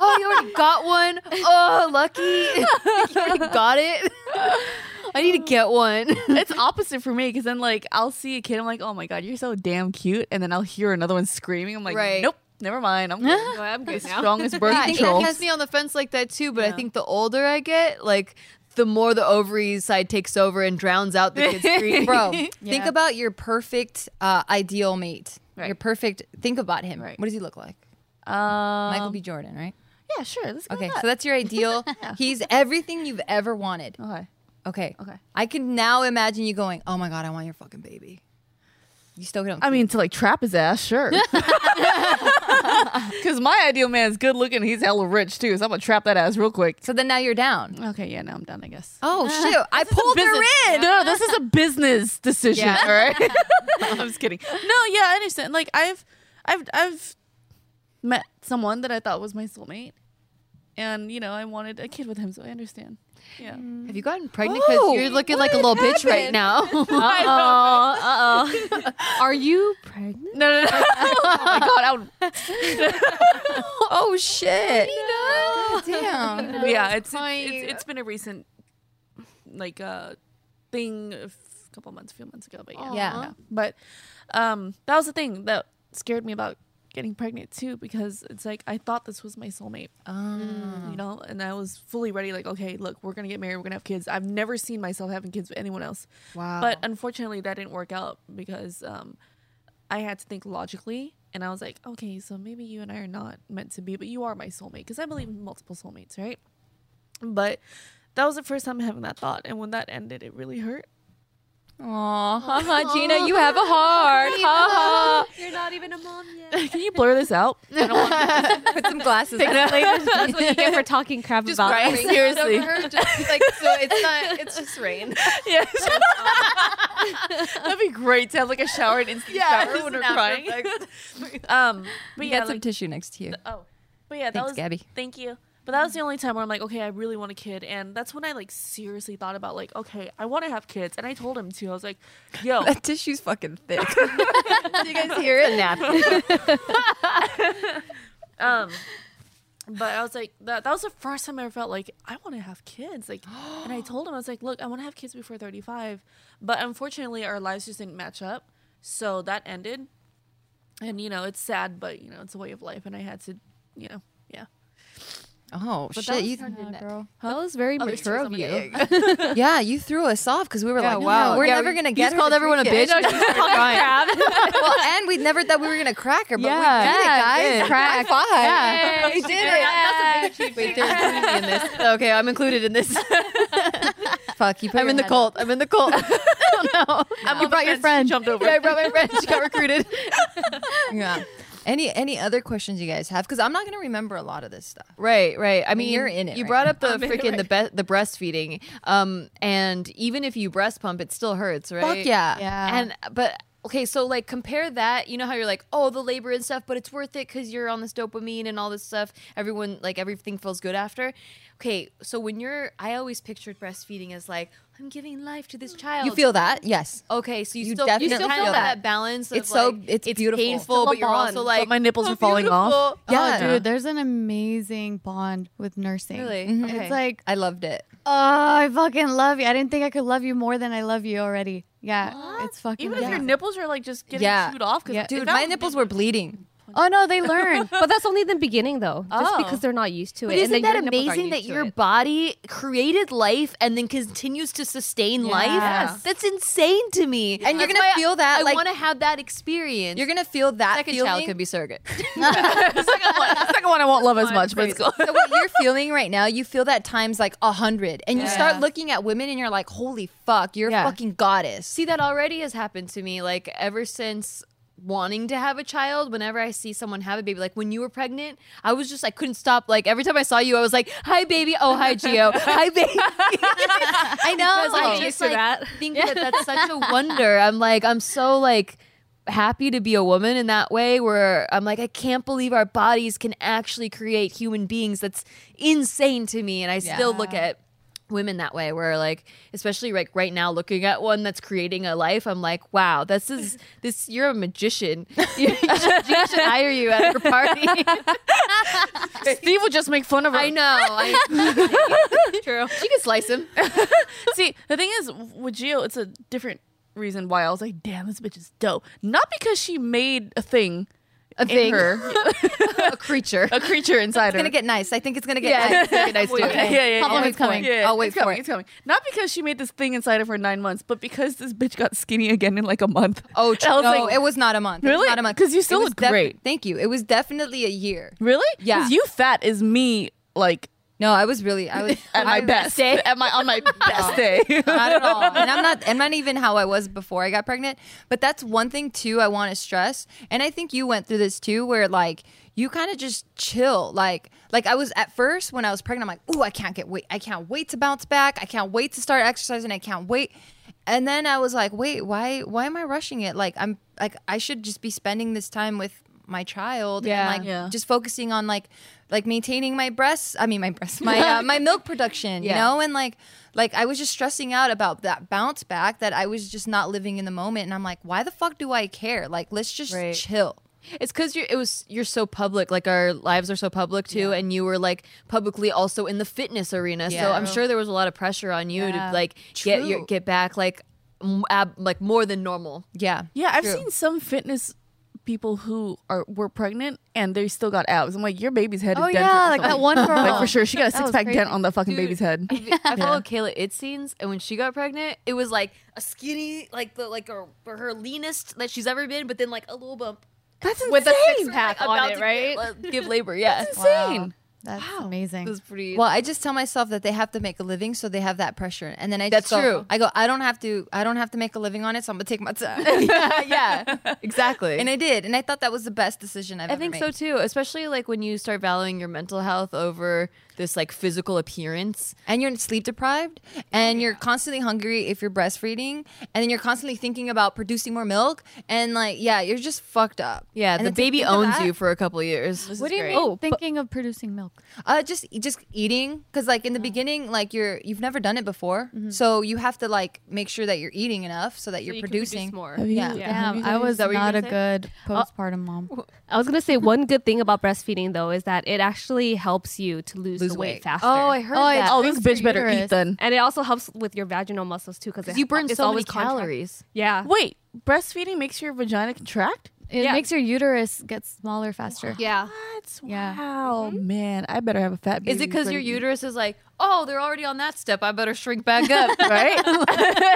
Speaker 3: oh, you already got one. Oh, lucky. <laughs> you already got it. <laughs> I need to
Speaker 1: <laughs>
Speaker 3: get one.
Speaker 4: it's opposite for me because then like I'll see a kid, I'm like, oh my god, you're so damn cute, and then I'll hear another one screaming, I'm like,
Speaker 3: Right.
Speaker 4: nope, never mind, I'm good.
Speaker 5: I'm good now.
Speaker 4: strongest
Speaker 3: <laughs>
Speaker 4: birth
Speaker 3: I think that
Speaker 4: control.
Speaker 3: has me on the fence like that too, but I think the older I get, like the more the ovaries side takes over and drowns out the kids'
Speaker 1: <laughs>
Speaker 3: scream.
Speaker 1: Bro, think about your perfect uh, ideal mate. Your perfect. Think about him.
Speaker 4: Right.
Speaker 1: What does he look like? Michael
Speaker 4: Um,
Speaker 1: B. Jordan, right?
Speaker 4: yeah, sure. Let's go
Speaker 1: Okay,
Speaker 4: with
Speaker 1: so that's
Speaker 4: <laughs>
Speaker 1: your ideal. He's everything you've ever wanted.
Speaker 4: that. okay.
Speaker 1: Okay.
Speaker 4: Oh, Okay.
Speaker 1: I can now imagine you going, "Oh my god, I want your fucking baby." You still don't.
Speaker 4: I mean, to like trap his ass, sure. <laughs> Because my ideal man's good looking, he's hella rich too, so I'm gonna trap that ass real quick.
Speaker 1: so then now you're down.
Speaker 4: <laughs> Okay, yeah, now I'm done, I guess.
Speaker 1: Oh shoot! I pulled her
Speaker 4: business- <laughs>
Speaker 1: in.
Speaker 4: No, this is a business decision. All right. <laughs> I'm just kidding. No, yeah, I understand. Like I've, I've, I've met someone that I thought was my soulmate, and you know I wanted a kid with him, so I understand. Yeah.
Speaker 3: Have you gotten pregnant? Because you're looking like a little bitch right now.
Speaker 5: Uh oh. Uh oh. Are you pregnant?
Speaker 4: No, no, <laughs> no. oh my god. I would,
Speaker 1: <laughs>
Speaker 4: <laughs>
Speaker 1: Oh shit! Damn.
Speaker 2: <laughs>
Speaker 4: yeah, it's, it's it's it's been a recent like uh thing, a f- couple months, a few months ago, but yeah.
Speaker 1: Yeah.
Speaker 4: But um, that was the thing that scared me about getting pregnant too, because it's like I thought this was my soulmate. Um, you know and i was fully ready like okay look we're gonna get married we're gonna have kids i've never seen myself having kids with anyone else
Speaker 3: Wow.
Speaker 4: but unfortunately that didn't work out because um i had to think logically and i was like okay so maybe you and i are not meant to be but you are my soulmate because i believe in multiple soulmates right but that was the first time having that thought and when that ended it really hurt
Speaker 1: Aw, haha, Uh-huh, Gina, you have a heart. Ha
Speaker 5: You're not even a mom
Speaker 4: <laughs>
Speaker 5: yet.
Speaker 4: can you blur this out I don't want-
Speaker 1: ha. Put some glasses. on.
Speaker 5: That's what you get for talking crap about
Speaker 4: right.
Speaker 5: us.
Speaker 3: <laughs>
Speaker 4: seriously
Speaker 3: like so it's not it's just rain.
Speaker 4: <laughs> yes that'd be great to have like a shower and instant shower when we're crying <laughs> um but
Speaker 1: You
Speaker 4: yeah
Speaker 1: got some
Speaker 4: like-
Speaker 1: tissue next to you.
Speaker 4: Oh, but yeah, that
Speaker 1: Thanks,
Speaker 4: was
Speaker 1: Gabby.
Speaker 4: Thank you. But that was the only time where I'm like, okay, I really want a kid, and that's when I like seriously thought about like, okay, I want to have kids, and I told him to. I was like, yo, <laughs>
Speaker 1: That tissue's fucking thick.
Speaker 3: you guys hear it? Napkin.
Speaker 4: um, but I was like, that that was the first time I ever felt like I want to have kids, like, and I told him I was like, look, I want to have kids before 35, but unfortunately, our lives just didn't match up, so that ended, and you know, it's sad, but you know, it's a way of life, and I had to, you know, yeah,
Speaker 1: Oh shit! You,
Speaker 2: girl.
Speaker 5: That was very
Speaker 4: Oh, there's
Speaker 5: mature
Speaker 4: tears
Speaker 5: of
Speaker 4: on my
Speaker 5: you.
Speaker 4: egg.
Speaker 1: yeah, you threw us off because we were like,
Speaker 3: wow.
Speaker 1: wow, we're
Speaker 3: Yeah,
Speaker 1: never
Speaker 3: you-
Speaker 1: gonna
Speaker 3: you
Speaker 1: get
Speaker 3: just
Speaker 1: her.
Speaker 3: called
Speaker 1: to
Speaker 3: everyone a
Speaker 1: drink it.
Speaker 3: bitch? <laughs> No, <laughs>
Speaker 1: well, and we never thought we were gonna crack her, but
Speaker 5: Yeah.
Speaker 1: we did it, guys. Crack. High five.
Speaker 5: Hey,
Speaker 1: We did it.
Speaker 3: Wait, there's me in this. Okay, I'm included in this.
Speaker 1: <laughs> Fuck you. put
Speaker 3: I'm
Speaker 1: your
Speaker 3: in the
Speaker 1: head
Speaker 3: cult. I'm in
Speaker 1: <laughs>
Speaker 3: the cult. <laughs> oh no.
Speaker 4: you brought your friend, jumped over.
Speaker 3: Yeah, I brought my friend. She got recruited.
Speaker 1: up. <laughs> Yeah. Any any other questions you guys have? Because I'm not gonna remember a lot of this stuff.
Speaker 3: Right, right. I mean,
Speaker 1: you're in it
Speaker 3: You
Speaker 1: right
Speaker 3: brought
Speaker 1: now.
Speaker 3: up the freaking the be- the breastfeeding, um, and even if you breast pump, it still hurts, right?
Speaker 1: Fuck yeah.
Speaker 2: Yeah.
Speaker 3: And but okay, so like compare that. You know how you're like, oh, the labor and stuff, but it's worth it because you're on this dopamine and all this stuff. Everyone like everything feels good after. Okay, so when you're, I always pictured breastfeeding as like I'm giving life to this child.
Speaker 1: You feel that? Yes.
Speaker 3: Okay, so you,
Speaker 1: You
Speaker 3: still you
Speaker 1: definitely
Speaker 3: still feel
Speaker 1: feel
Speaker 3: that,
Speaker 1: that.
Speaker 3: balance. Of
Speaker 1: It's so-
Speaker 3: like,
Speaker 1: it's beautiful.
Speaker 3: painful,
Speaker 5: Still a
Speaker 3: but you're
Speaker 5: bond.
Speaker 3: also
Speaker 5: But
Speaker 3: like
Speaker 4: my nipples are falling off.
Speaker 3: beautiful.
Speaker 1: Yeah.
Speaker 2: Oh, dude, there's an amazing bond with nursing.
Speaker 3: Really?
Speaker 2: Mhm.
Speaker 3: Okay.
Speaker 2: It's like,
Speaker 1: I loved it.
Speaker 2: oh, I fucking love you. I didn't think I could love you more than I love you already. Yeah, it's fucking.
Speaker 4: Even if your
Speaker 2: amazing.
Speaker 4: nipples are like just getting
Speaker 1: Yeah.
Speaker 4: chewed off, because
Speaker 2: Yeah.
Speaker 4: <laughs>
Speaker 1: Dude, my nipples were bleeding.
Speaker 2: Oh no, they learn.
Speaker 5: But that's only the beginning, though, just
Speaker 3: Oh.
Speaker 5: because they're not used to
Speaker 3: But
Speaker 5: it.
Speaker 3: isn't
Speaker 5: then
Speaker 3: that
Speaker 5: your nipples aren't
Speaker 3: amazing that
Speaker 5: used to
Speaker 3: your
Speaker 5: it.
Speaker 3: body created life and then continues to sustain
Speaker 2: Yes.
Speaker 3: life? That's insane to me.
Speaker 1: And you're
Speaker 3: That's
Speaker 1: gonna
Speaker 3: why
Speaker 1: feel that,
Speaker 3: I
Speaker 1: like-
Speaker 3: want to have that experience.
Speaker 1: You're gonna feel that
Speaker 3: second
Speaker 1: feeling.
Speaker 3: child can be surrogate.
Speaker 4: second one, second one I won't love as much, but it's cool.
Speaker 1: so what you're feeling right now, you feel that times like a hundred, and you
Speaker 6: Yeah.
Speaker 1: start looking at women, and you're like, "Holy fuck, you're
Speaker 2: Yeah.
Speaker 1: a fucking goddess."
Speaker 3: See, that already has happened to me. Like ever since wanting to have a child, whenever I see someone have a baby, like when you were pregnant, I was just I couldn't stop. Like every time I saw you, I was like, "Hi, baby! Oh, hi, Gio! hi, baby!" <laughs> I <laughs> know.
Speaker 5: I'm
Speaker 3: I
Speaker 5: used
Speaker 3: just
Speaker 5: to
Speaker 3: like
Speaker 5: that.
Speaker 3: think that that's such a wonder. I'm like, I'm so like happy to be a woman in that way where I'm like I can't believe our bodies can actually create human beings that's insane to me and I still look at women that way where like especially like right now looking at one that's creating a life I'm like wow this is this you're a magician <laughs> you should, you should hire you at her party
Speaker 4: Steve would just make fun of her.
Speaker 3: <laughs> I know I, true she can slice him
Speaker 4: See, the thing is with Gio, it's a different reason why I was like, damn, this bitch is dope. Not because she made a thing, a
Speaker 3: thing.
Speaker 4: her,
Speaker 3: a creature
Speaker 4: a creature inside
Speaker 1: It's
Speaker 4: her.
Speaker 1: gonna get nice. I think it's gonna get
Speaker 3: Yeah,
Speaker 1: nice.
Speaker 3: it's gonna get nice too.
Speaker 4: <laughs> Yeah, yeah, yeah.
Speaker 2: Compliment
Speaker 4: I'll wait
Speaker 2: is
Speaker 4: for it.
Speaker 2: coming.
Speaker 4: Yeah,
Speaker 1: I'll wait
Speaker 4: it's
Speaker 1: for
Speaker 4: coming,
Speaker 1: it.
Speaker 4: It's coming. Not because she made this thing inside of her nine months, but because this bitch got skinny again in like a month.
Speaker 1: Oh,
Speaker 4: And <laughs> I was
Speaker 1: no,
Speaker 4: like,
Speaker 1: it was not a month. It was
Speaker 4: Really?
Speaker 1: not a month
Speaker 4: 'Cause you still
Speaker 1: It was
Speaker 4: look great.
Speaker 1: Thank you. It was definitely a year.
Speaker 4: really?
Speaker 1: Yeah.
Speaker 4: 'Cause you fat is me, like
Speaker 1: No, I was really. I was
Speaker 4: <laughs> at my best day. At my on my best day. <laughs>
Speaker 1: not at all. And I'm not I'm not even how I was before I got pregnant. But that's one thing too I want to stress. And I think you went through this too where like you kind of just chill. Like like I was at first when I was pregnant, I'm like, ooh, I can't get wait I can't wait to bounce back. I can't wait to start exercising. I can't wait. And then I was like, wait, why why am I rushing it? Like I'm like I should just be spending this time with my child
Speaker 2: Yeah.
Speaker 1: and like
Speaker 4: Yeah.
Speaker 1: just focusing on like like maintaining my breasts i mean my breasts
Speaker 3: <laughs>
Speaker 1: my uh, my milk production you know and like like i was just stressing out about that bounce back that i was just not living in the moment and i'm like why the fuck do i care like let's just
Speaker 3: Right.
Speaker 1: chill
Speaker 3: It's because you it was you're so public, like our lives are so public too, and you were like publicly also in the fitness arena. So I'm sure there was a lot of pressure on you
Speaker 2: Yeah.
Speaker 3: to like get your
Speaker 1: True.
Speaker 3: get back like m- ab, like more than normal.
Speaker 1: yeah
Speaker 4: Yeah, I've
Speaker 1: True.
Speaker 4: seen some fitness people who are were pregnant and they still got abs. I'm like, your baby's head is
Speaker 2: <laughs> Oh,
Speaker 4: dent.
Speaker 2: yeah,
Speaker 4: or
Speaker 2: like that
Speaker 4: something.
Speaker 2: one
Speaker 4: Like
Speaker 2: girl.
Speaker 4: for sure, she got a
Speaker 2: That was
Speaker 4: six pack
Speaker 2: crazy.
Speaker 4: dent on the fucking baby's head.
Speaker 3: <laughs> I followed Kayla Itzines, and when she got pregnant, it was like a skinny, like the like her, her leanest that she's ever been, but then like a little bump
Speaker 4: That's insane.
Speaker 3: with a six
Speaker 5: pack on
Speaker 3: about
Speaker 5: it,
Speaker 3: to
Speaker 5: right?
Speaker 3: give- give labor, yeah.
Speaker 4: insane.
Speaker 2: That's amazing.
Speaker 3: It was pretty.
Speaker 1: well i just tell myself that they have to make a living so they have that pressure and then i
Speaker 3: That's
Speaker 1: just go,
Speaker 3: true.
Speaker 1: i go i don't have to i don't have to make a living on it so i'm gonna take my time
Speaker 3: <laughs>
Speaker 1: <laughs>
Speaker 3: yeah, <laughs> exactly.
Speaker 1: and i did and i thought that was the best decision i've
Speaker 3: I
Speaker 1: ever
Speaker 3: think
Speaker 1: made.
Speaker 3: so too, especially like when you start valuing your mental health over this like physical appearance.
Speaker 1: and you're sleep deprived and you're constantly hungry if you're breastfeeding and then you're constantly thinking about producing more milk and like yeah you're just fucked up
Speaker 3: Yeah,
Speaker 1: And
Speaker 3: the
Speaker 1: then to
Speaker 3: baby
Speaker 1: think of
Speaker 3: owns
Speaker 1: that-
Speaker 3: you for a couple of years.
Speaker 2: what do you
Speaker 4: great.
Speaker 2: mean?
Speaker 5: Oh, but-
Speaker 2: thinking of producing milk.
Speaker 1: uh just just eating because like in the beginning like you're you've never done it before
Speaker 3: Mm-hmm.
Speaker 1: so you have to like make sure that you're eating enough so that you're
Speaker 5: So you can reduce
Speaker 1: producing
Speaker 5: more.
Speaker 1: yeah
Speaker 2: Damn, I was
Speaker 3: that what you were Oh.
Speaker 2: not a
Speaker 3: gonna
Speaker 2: good postpartum mom.
Speaker 5: I was gonna say one good thing about breastfeeding though is that it actually helps you to lose,
Speaker 1: Lose
Speaker 5: the weight,
Speaker 1: weight.
Speaker 5: faster.
Speaker 2: heard
Speaker 4: Oh, it's- oh, this bitch better eat then.
Speaker 5: and it also helps with your vaginal muscles too because
Speaker 3: You burn
Speaker 5: it's
Speaker 3: so many
Speaker 5: always contract-
Speaker 3: calories.
Speaker 5: Yeah,
Speaker 4: Wait, breastfeeding makes your vagina contract?
Speaker 2: It
Speaker 5: Yeah.
Speaker 2: makes your uterus get smaller faster.
Speaker 5: yeah.
Speaker 4: What?
Speaker 2: Yeah.
Speaker 4: Wow, man, I better have a fat baby.
Speaker 3: Is it because
Speaker 4: before
Speaker 3: your
Speaker 4: you-
Speaker 3: uterus is like, oh, they're already on that step. I better shrink back up, <laughs>
Speaker 4: right?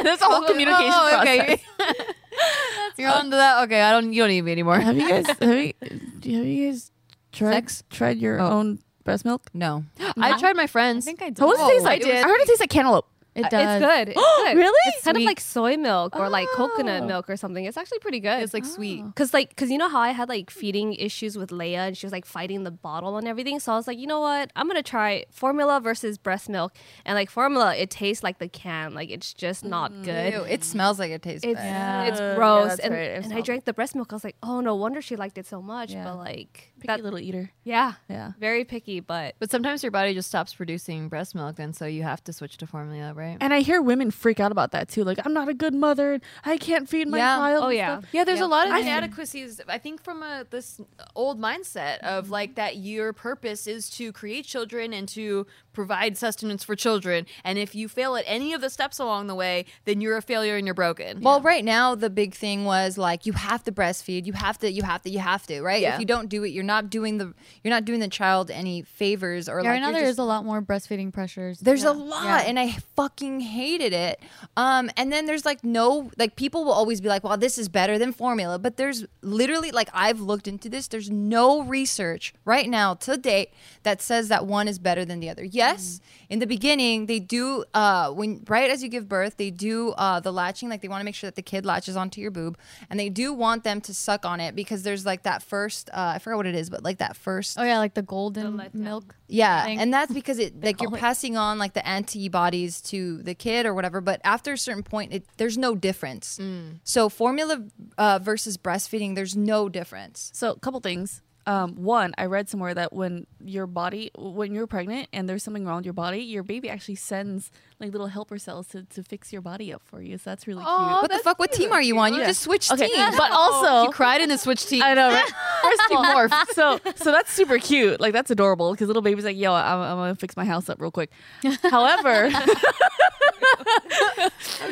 Speaker 4: That's a whole communication
Speaker 3: Oh,
Speaker 4: process.
Speaker 2: <laughs>
Speaker 3: okay. <laughs> You're onto that. Okay, I don't. You don't need me anymore.
Speaker 4: <laughs> Have you guys? Have you, do you- have you guys tried tried your
Speaker 2: Oh.
Speaker 4: own breast milk?
Speaker 1: no
Speaker 3: I tried my
Speaker 2: I
Speaker 3: friends.
Speaker 2: think Oh, I did.
Speaker 4: How does it taste like?
Speaker 3: did.
Speaker 4: I heard it tastes like cantaloupe.
Speaker 2: It
Speaker 5: It's
Speaker 2: does.
Speaker 5: good. It's
Speaker 4: <gasps>
Speaker 5: good.
Speaker 4: Really?
Speaker 5: It's kind of like soy milk or like coconut
Speaker 4: Oh.
Speaker 5: milk or something. It's actually pretty good. Oh.
Speaker 3: it's like sweet.
Speaker 5: Cause like, cause you know how I had like feeding issues with Leia, and she was like fighting the bottle and everything. So I was like, you know what? I'm gonna try formula versus breast milk. And like formula, it tastes like the can. Like it's just not
Speaker 4: Mm,
Speaker 5: good.
Speaker 1: Ew, it smells like it tastes
Speaker 5: It's
Speaker 1: bad
Speaker 2: Yeah.
Speaker 5: it's
Speaker 4: Yeah,
Speaker 5: gross.
Speaker 4: that's
Speaker 5: and
Speaker 4: right. It
Speaker 5: and I
Speaker 4: smells-
Speaker 5: drank the breast milk. I was like, oh no wonder she liked it so much.
Speaker 2: Yeah.
Speaker 5: But like,
Speaker 4: Picky
Speaker 5: That-
Speaker 4: little eater.
Speaker 5: Yeah,
Speaker 4: Yeah.
Speaker 5: very picky, but
Speaker 3: But sometimes your body just stops producing breast milk, and so you have to switch to formula, right?
Speaker 4: And I hear women freak out about that too. Like, I'm not a good mother. I can't feed my
Speaker 1: Yeah.
Speaker 4: child.
Speaker 5: oh
Speaker 4: and
Speaker 5: yeah,
Speaker 3: Yeah, there's a lot of
Speaker 4: I-
Speaker 3: inadequacies. I think from a, this old mindset of like that your purpose is to create children and to provide sustenance for children, and if you fail at any of the steps along the way, then you're a failure and you're broken.
Speaker 1: Well, right now the big thing was like you have to breastfeed, you have to, you have to, you have to, right?
Speaker 3: Yeah.
Speaker 1: If you don't do it, you're not doing the you're not doing the child any favors or
Speaker 2: Yeah,
Speaker 1: like
Speaker 2: right now
Speaker 1: you're
Speaker 2: there
Speaker 1: just-
Speaker 2: is a lot more breastfeeding pressures.
Speaker 1: There's a lot, and I fucking hated it. Um, and then there's like no, like people will always be like, "Well, this is better than formula," but there's literally like I've looked into this. There's no research right now to date that says that one is better than the other. Yes, in the beginning they do uh, when right as you give birth they do uh, the latching, like they want to make sure that the kid latches onto your boob, and they do want them to suck on it because there's like that first uh, I forgot what it is, but like that first
Speaker 2: Oh yeah, like the golden milk.
Speaker 1: yeah,
Speaker 2: thing.
Speaker 1: and that's because it like you're passing on like the antibodies to the kid or whatever. But after a certain point, it, there's no difference. So formula uh, versus breastfeeding, there's no difference.
Speaker 4: So, a couple things. Um, one, I read somewhere that when your body, when you're pregnant and there's something wrong with your body, your baby actually sends like little helper cells to, to fix your body up for you. So Oh, that's really
Speaker 3: Aw,
Speaker 1: what the
Speaker 3: that's
Speaker 1: fuck? What team are you on? You
Speaker 4: Yeah.
Speaker 1: just switched
Speaker 4: cute. Okay, <laughs>
Speaker 1: teams.
Speaker 4: but also,
Speaker 3: cried in the switch <laughs> team.
Speaker 4: I know, right? Where's Team Morph? So, so that's super cute. Like that's adorable because little baby's like, "Yo, I'm, I'm gonna fix my house up real quick." However, <laughs>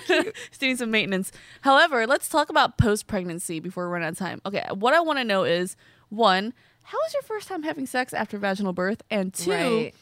Speaker 4: it's doing some maintenance. However, let's talk about post-pregnancy before we run out of time. Okay, what I want to know is one, how was your first time having sex after vaginal birth, and two,
Speaker 3: Right.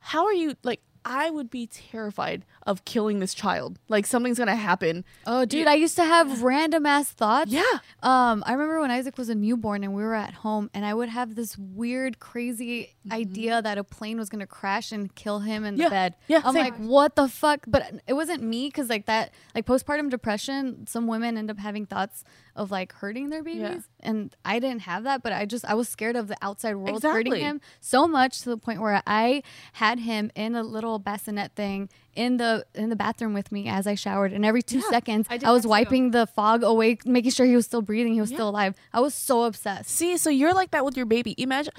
Speaker 4: how are you like? I would be terrified of killing this child. Like something's gonna happen.
Speaker 2: Oh, dude, I used to have random ass thoughts.
Speaker 4: Yeah.
Speaker 2: Um, I remember when Isaac was a newborn and we were at home, and I would have this weird, crazy idea that a plane was gonna crash and kill him in
Speaker 4: Mm-hmm. Yeah.
Speaker 2: the bed.
Speaker 4: Yeah,
Speaker 2: I'm
Speaker 4: same.
Speaker 2: like, what the fuck? But it wasn't me, cause like that, like postpartum depression, some women end up having thoughts of like hurting their babies, and I didn't have that, but I just I was scared of the outside world
Speaker 4: Exactly.
Speaker 2: hurting him so much to the point where I had him in a little bassinet thing in the in the bathroom with me as I showered, and every two seconds I,
Speaker 5: did that
Speaker 2: was
Speaker 5: too.
Speaker 2: wiping the fog away, making sure he was still breathing, he was still alive. I was so obsessed.
Speaker 4: See, so you're like that with your baby. Imagine,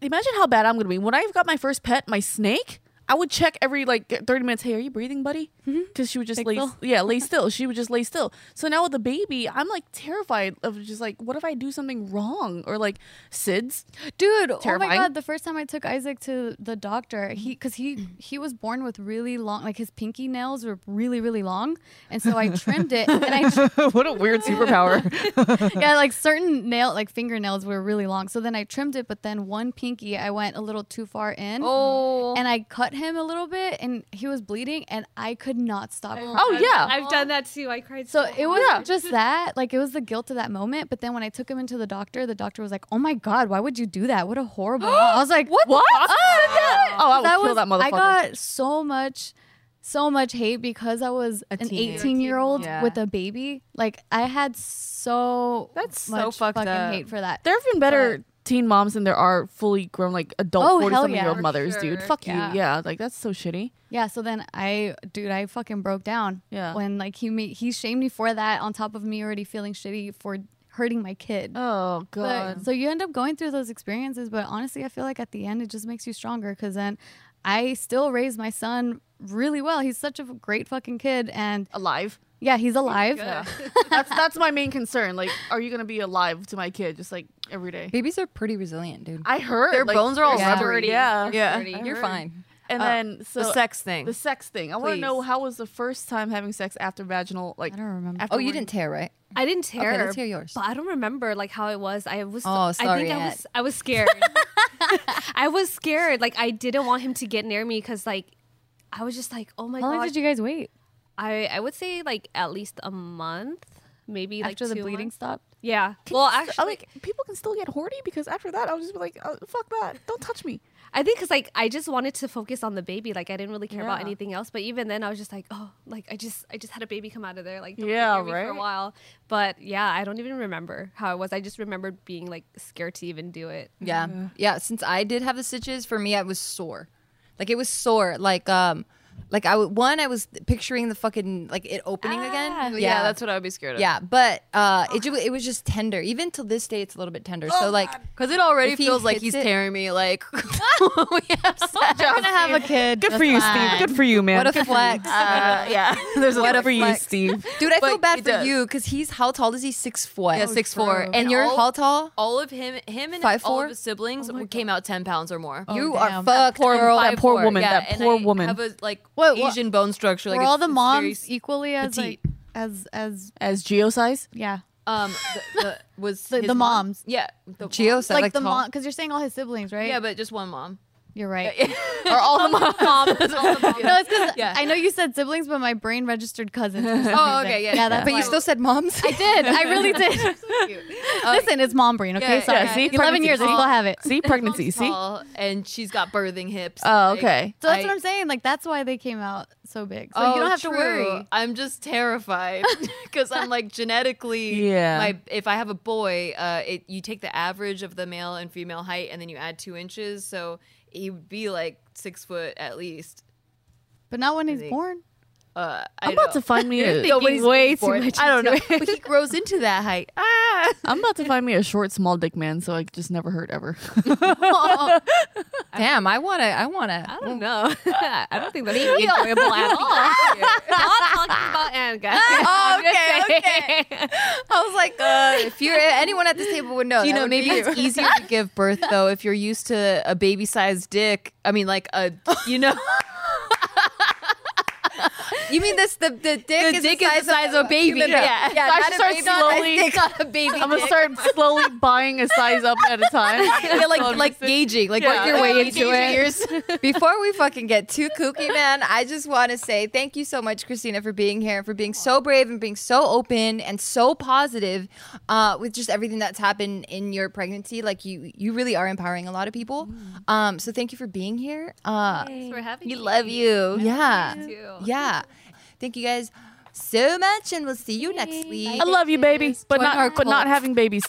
Speaker 4: imagine how bad I'm gonna be when I've got my first pet, my snake. I would check every like 30 minutes. Hey, are you breathing, buddy?
Speaker 2: Mm-hmm.
Speaker 4: Because she would just lay,
Speaker 2: Thankful.
Speaker 4: yeah,
Speaker 2: <laughs>
Speaker 4: lay still. She would just lay still. So now with the baby, I'm like terrified of just like, what if I do something wrong or like SIDS?
Speaker 2: Dude, oh my
Speaker 4: Terrifying.
Speaker 2: god, the first time I took Isaac to the doctor, he cuz he he was born with really long like his pinky nails were really really long, and so I trimmed it and I
Speaker 4: <laughs> what a weird superpower.
Speaker 2: <laughs> yeah, like certain nail, like fingernails were really long. So then I trimmed it, but then one pinky, I went a little too far in.
Speaker 3: Oh.
Speaker 2: And I cut him a little bit, and he was bleeding, and I could not stop. crying.
Speaker 4: oh yeah,
Speaker 5: I've done that too. I cried
Speaker 2: So it was just that, like it was the guilt of that moment. But then when I took him into the doctor, the doctor was like, "Oh my god, why would you do that? What a horrible!" mom." I was like, "What?
Speaker 4: what? Oh, I would kill that motherfucker.
Speaker 2: I got so much, so much hate because I was an
Speaker 3: teen.
Speaker 2: 18 year old
Speaker 3: Yeah.
Speaker 2: with a baby. Like I had so
Speaker 3: That's so
Speaker 2: much
Speaker 3: fucked
Speaker 2: fucking
Speaker 3: up.
Speaker 2: hate for that.
Speaker 4: there have been better teen moms than there are fully grown like
Speaker 2: Oh,
Speaker 4: adult
Speaker 2: hell
Speaker 4: 40 something
Speaker 2: yeah.
Speaker 4: year old
Speaker 2: For
Speaker 4: mothers, dude.
Speaker 5: sure.
Speaker 4: Fuck
Speaker 2: Yeah.
Speaker 4: you. Yeah, like that's so shitty.
Speaker 2: Yeah, so then I, dude, I fucking broke down.
Speaker 4: Yeah.
Speaker 2: When like he ma- he shamed me for that on top of me already feeling shitty for hurting my kid.
Speaker 4: Oh
Speaker 2: But-
Speaker 4: god.
Speaker 2: so you end up going through those experiences, but honestly, I feel like at the end it just makes you stronger because then I still raised my son really well. He's such a great fucking kid, and <laughs>
Speaker 4: Alive.
Speaker 2: yeah, he's alive.
Speaker 4: that's that's my main concern. Like, are you gonna be alive to my kid just like every day?
Speaker 1: Babies are pretty resilient, dude.
Speaker 4: I heard
Speaker 3: Their
Speaker 4: like,
Speaker 3: bones are all
Speaker 4: yeah.
Speaker 3: rubbery.
Speaker 4: Yeah,
Speaker 3: Yeah.
Speaker 4: I
Speaker 1: You're
Speaker 4: heard.
Speaker 1: fine.
Speaker 4: And then so
Speaker 3: the sex thing.
Speaker 4: the sex thing. I want to
Speaker 3: Please.
Speaker 4: know how was the first time having sex after vaginal? Like,
Speaker 2: I don't remember.
Speaker 1: Oh, you
Speaker 4: afterward?
Speaker 1: didn't tear, right?
Speaker 5: I didn't tear.
Speaker 1: let's hear yours.
Speaker 5: But I don't remember like how it was. I was.
Speaker 1: Oh,
Speaker 5: I
Speaker 1: sorry,
Speaker 5: think I
Speaker 1: Aunt.
Speaker 5: was. I was scared. I was scared. Like I didn't want him to get near me because like I was just like, oh my
Speaker 2: How long
Speaker 5: god.
Speaker 2: did you guys wait
Speaker 5: I I would say like at least a month, maybe
Speaker 2: after
Speaker 5: like
Speaker 2: the
Speaker 5: two
Speaker 2: bleeding
Speaker 5: months.
Speaker 2: stopped?
Speaker 5: Yeah.
Speaker 4: Can
Speaker 5: well,
Speaker 4: you st-
Speaker 5: actually,
Speaker 4: like people can still get horny because after that, I was just like, oh, fuck that, don't touch me.
Speaker 5: I think because like I just wanted to focus on the baby. Like I didn't really care about
Speaker 4: Yeah.
Speaker 5: anything else. But even then, I was just like, oh, like I just I just had a baby come out of there. Like don't
Speaker 4: Yeah,
Speaker 5: yeah, for
Speaker 4: right?
Speaker 5: a while. But yeah, I don't even remember how it was. I just remembered being like scared to even do it.
Speaker 1: Yeah. yeah. Since I did have the stitches, for me, I was sore. Like it was sore. Like um, Like I would one, I was picturing the fucking like it opening again.
Speaker 2: Ah.
Speaker 3: Yeah, that's what I would be scared of.
Speaker 1: yeah, but uh, it ju- it was just tender. Even till this day, it's a little bit tender. so like,
Speaker 3: because it already
Speaker 1: If he
Speaker 3: feels like
Speaker 1: hits
Speaker 3: he's
Speaker 1: it-
Speaker 3: tearing me. Like <laughs> we have such
Speaker 2: We're gonna
Speaker 3: a
Speaker 2: have a kid.
Speaker 4: Good for you, Steve. Good for you, man.
Speaker 1: what a
Speaker 4: Good for
Speaker 1: flex,
Speaker 3: uh, yeah. There's
Speaker 4: you.
Speaker 3: what
Speaker 4: Good
Speaker 3: a
Speaker 4: for you,
Speaker 1: flex.
Speaker 4: Steve.
Speaker 1: dude! I feel
Speaker 3: But
Speaker 1: bad
Speaker 3: it
Speaker 1: for
Speaker 3: does.
Speaker 1: you because he's how tall is he? Six foot.
Speaker 3: yeah, six four,
Speaker 1: And you're
Speaker 3: all,
Speaker 1: how tall?
Speaker 3: all of him, him and
Speaker 1: Five,
Speaker 3: all
Speaker 1: four?
Speaker 3: of his siblings came out ten pounds or more.
Speaker 1: you are
Speaker 2: damn.
Speaker 1: fucked,
Speaker 4: Poor,
Speaker 1: girl.
Speaker 4: that poor
Speaker 1: Five-four.
Speaker 4: woman.
Speaker 1: Yeah.
Speaker 4: that poor
Speaker 3: and I
Speaker 4: woman.
Speaker 3: have a like
Speaker 2: Wait, what-
Speaker 3: Asian bone structure. Like
Speaker 2: Were
Speaker 3: it's-
Speaker 2: all the
Speaker 3: it's
Speaker 2: moms
Speaker 3: very-
Speaker 2: equally as
Speaker 4: petite.
Speaker 2: like as as
Speaker 4: As Geo size,
Speaker 2: yeah
Speaker 3: um, the, the, was
Speaker 2: <laughs> The-
Speaker 3: his
Speaker 2: the
Speaker 3: mom-
Speaker 2: moms.
Speaker 3: Yeah, the mom.
Speaker 1: Geo said
Speaker 2: like,
Speaker 1: like,
Speaker 2: the
Speaker 1: tall.
Speaker 2: mom because you're saying all his siblings right?
Speaker 3: Yeah, but just one
Speaker 2: <laughs>
Speaker 3: mom.
Speaker 2: you're right.
Speaker 3: or <laughs> all the moms.
Speaker 2: <laughs>
Speaker 3: all the moms.
Speaker 2: No, it's because
Speaker 3: Yeah.
Speaker 2: I know you said siblings, but my brain registered cousins. for some
Speaker 3: Oh,
Speaker 2: reason.
Speaker 3: okay, yeah,
Speaker 2: yeah.
Speaker 3: yeah.
Speaker 2: That's
Speaker 1: But you
Speaker 2: why.
Speaker 1: still said moms.
Speaker 2: I did. I
Speaker 3: <laughs>
Speaker 2: really did. Listen, it's mom brain. Okay,
Speaker 3: Yeah,
Speaker 2: sorry.
Speaker 3: yeah, see,
Speaker 2: Eleven years, I still have it.
Speaker 4: see pregnancy,
Speaker 3: Mom's
Speaker 4: see.
Speaker 3: tall, and she's got birthing hips.
Speaker 4: Oh,
Speaker 3: like-
Speaker 4: okay.
Speaker 2: So that's
Speaker 3: I-
Speaker 2: what I'm saying. Like that's why they came out so big. So
Speaker 3: oh,
Speaker 2: you don't have
Speaker 3: true.
Speaker 2: to worry.
Speaker 3: I'm just terrified <laughs> because I'm like genetically.
Speaker 4: Yeah.
Speaker 3: My, if I have a boy, uh, it you take the average of the male and female height, and then you add two inches, so he would be like six foot at least.
Speaker 2: But not when he's
Speaker 3: think-
Speaker 2: born.
Speaker 3: Uh,
Speaker 4: I'm about to find me.
Speaker 3: <laughs>
Speaker 4: A,
Speaker 3: Nobody's
Speaker 4: way
Speaker 3: for it. <laughs> I don't know. But he grows into that height. Ah.
Speaker 4: I'm about to find me a short, small dick man, so I just never hurt ever.
Speaker 1: Damn, I wanna, I wanna.
Speaker 5: I
Speaker 3: <laughs>
Speaker 5: don't know. I don't think that's enjoyable at all. Not talking about Anne, guys. <laughs>
Speaker 1: Oh, okay, okay. I was like, uh, if you're anyone at this table would know,
Speaker 3: you
Speaker 1: that
Speaker 3: know,
Speaker 1: would be
Speaker 3: maybe <laughs> it's easier to give birth though if you're used to a baby-sized dick. I mean, like a, you know,
Speaker 1: You mean this? The the dick
Speaker 3: the
Speaker 1: is
Speaker 3: dick
Speaker 1: the size,
Speaker 3: is the size of a baby.
Speaker 1: human-
Speaker 3: Yeah,
Speaker 1: yeah.
Speaker 4: So I
Speaker 1: not
Speaker 4: should
Speaker 1: a
Speaker 4: start
Speaker 1: baby, not a
Speaker 4: slowly-
Speaker 1: dick, not a baby.
Speaker 4: I'm gonna
Speaker 1: dick.
Speaker 4: start slowly buying a size up at a time.
Speaker 1: Yeah, like like gauging, like work your way into it. <laughs> Before we fucking get too kooky, man, I just want to say thank you so much, Christina, for being here, for being so brave and being so open and so positive uh, with just everything that's happened in your pregnancy. Like you, you really are empowering a lot of people. Um, so thank you for being here. Uh,
Speaker 3: Thanks for having
Speaker 1: we
Speaker 3: me.
Speaker 1: love you. Yeah,
Speaker 3: too.
Speaker 1: yeah. Thank you guys so much, and we'll see you next week.
Speaker 4: I love you, baby, but
Speaker 1: Join our
Speaker 4: not but not
Speaker 1: cult.
Speaker 4: having babies.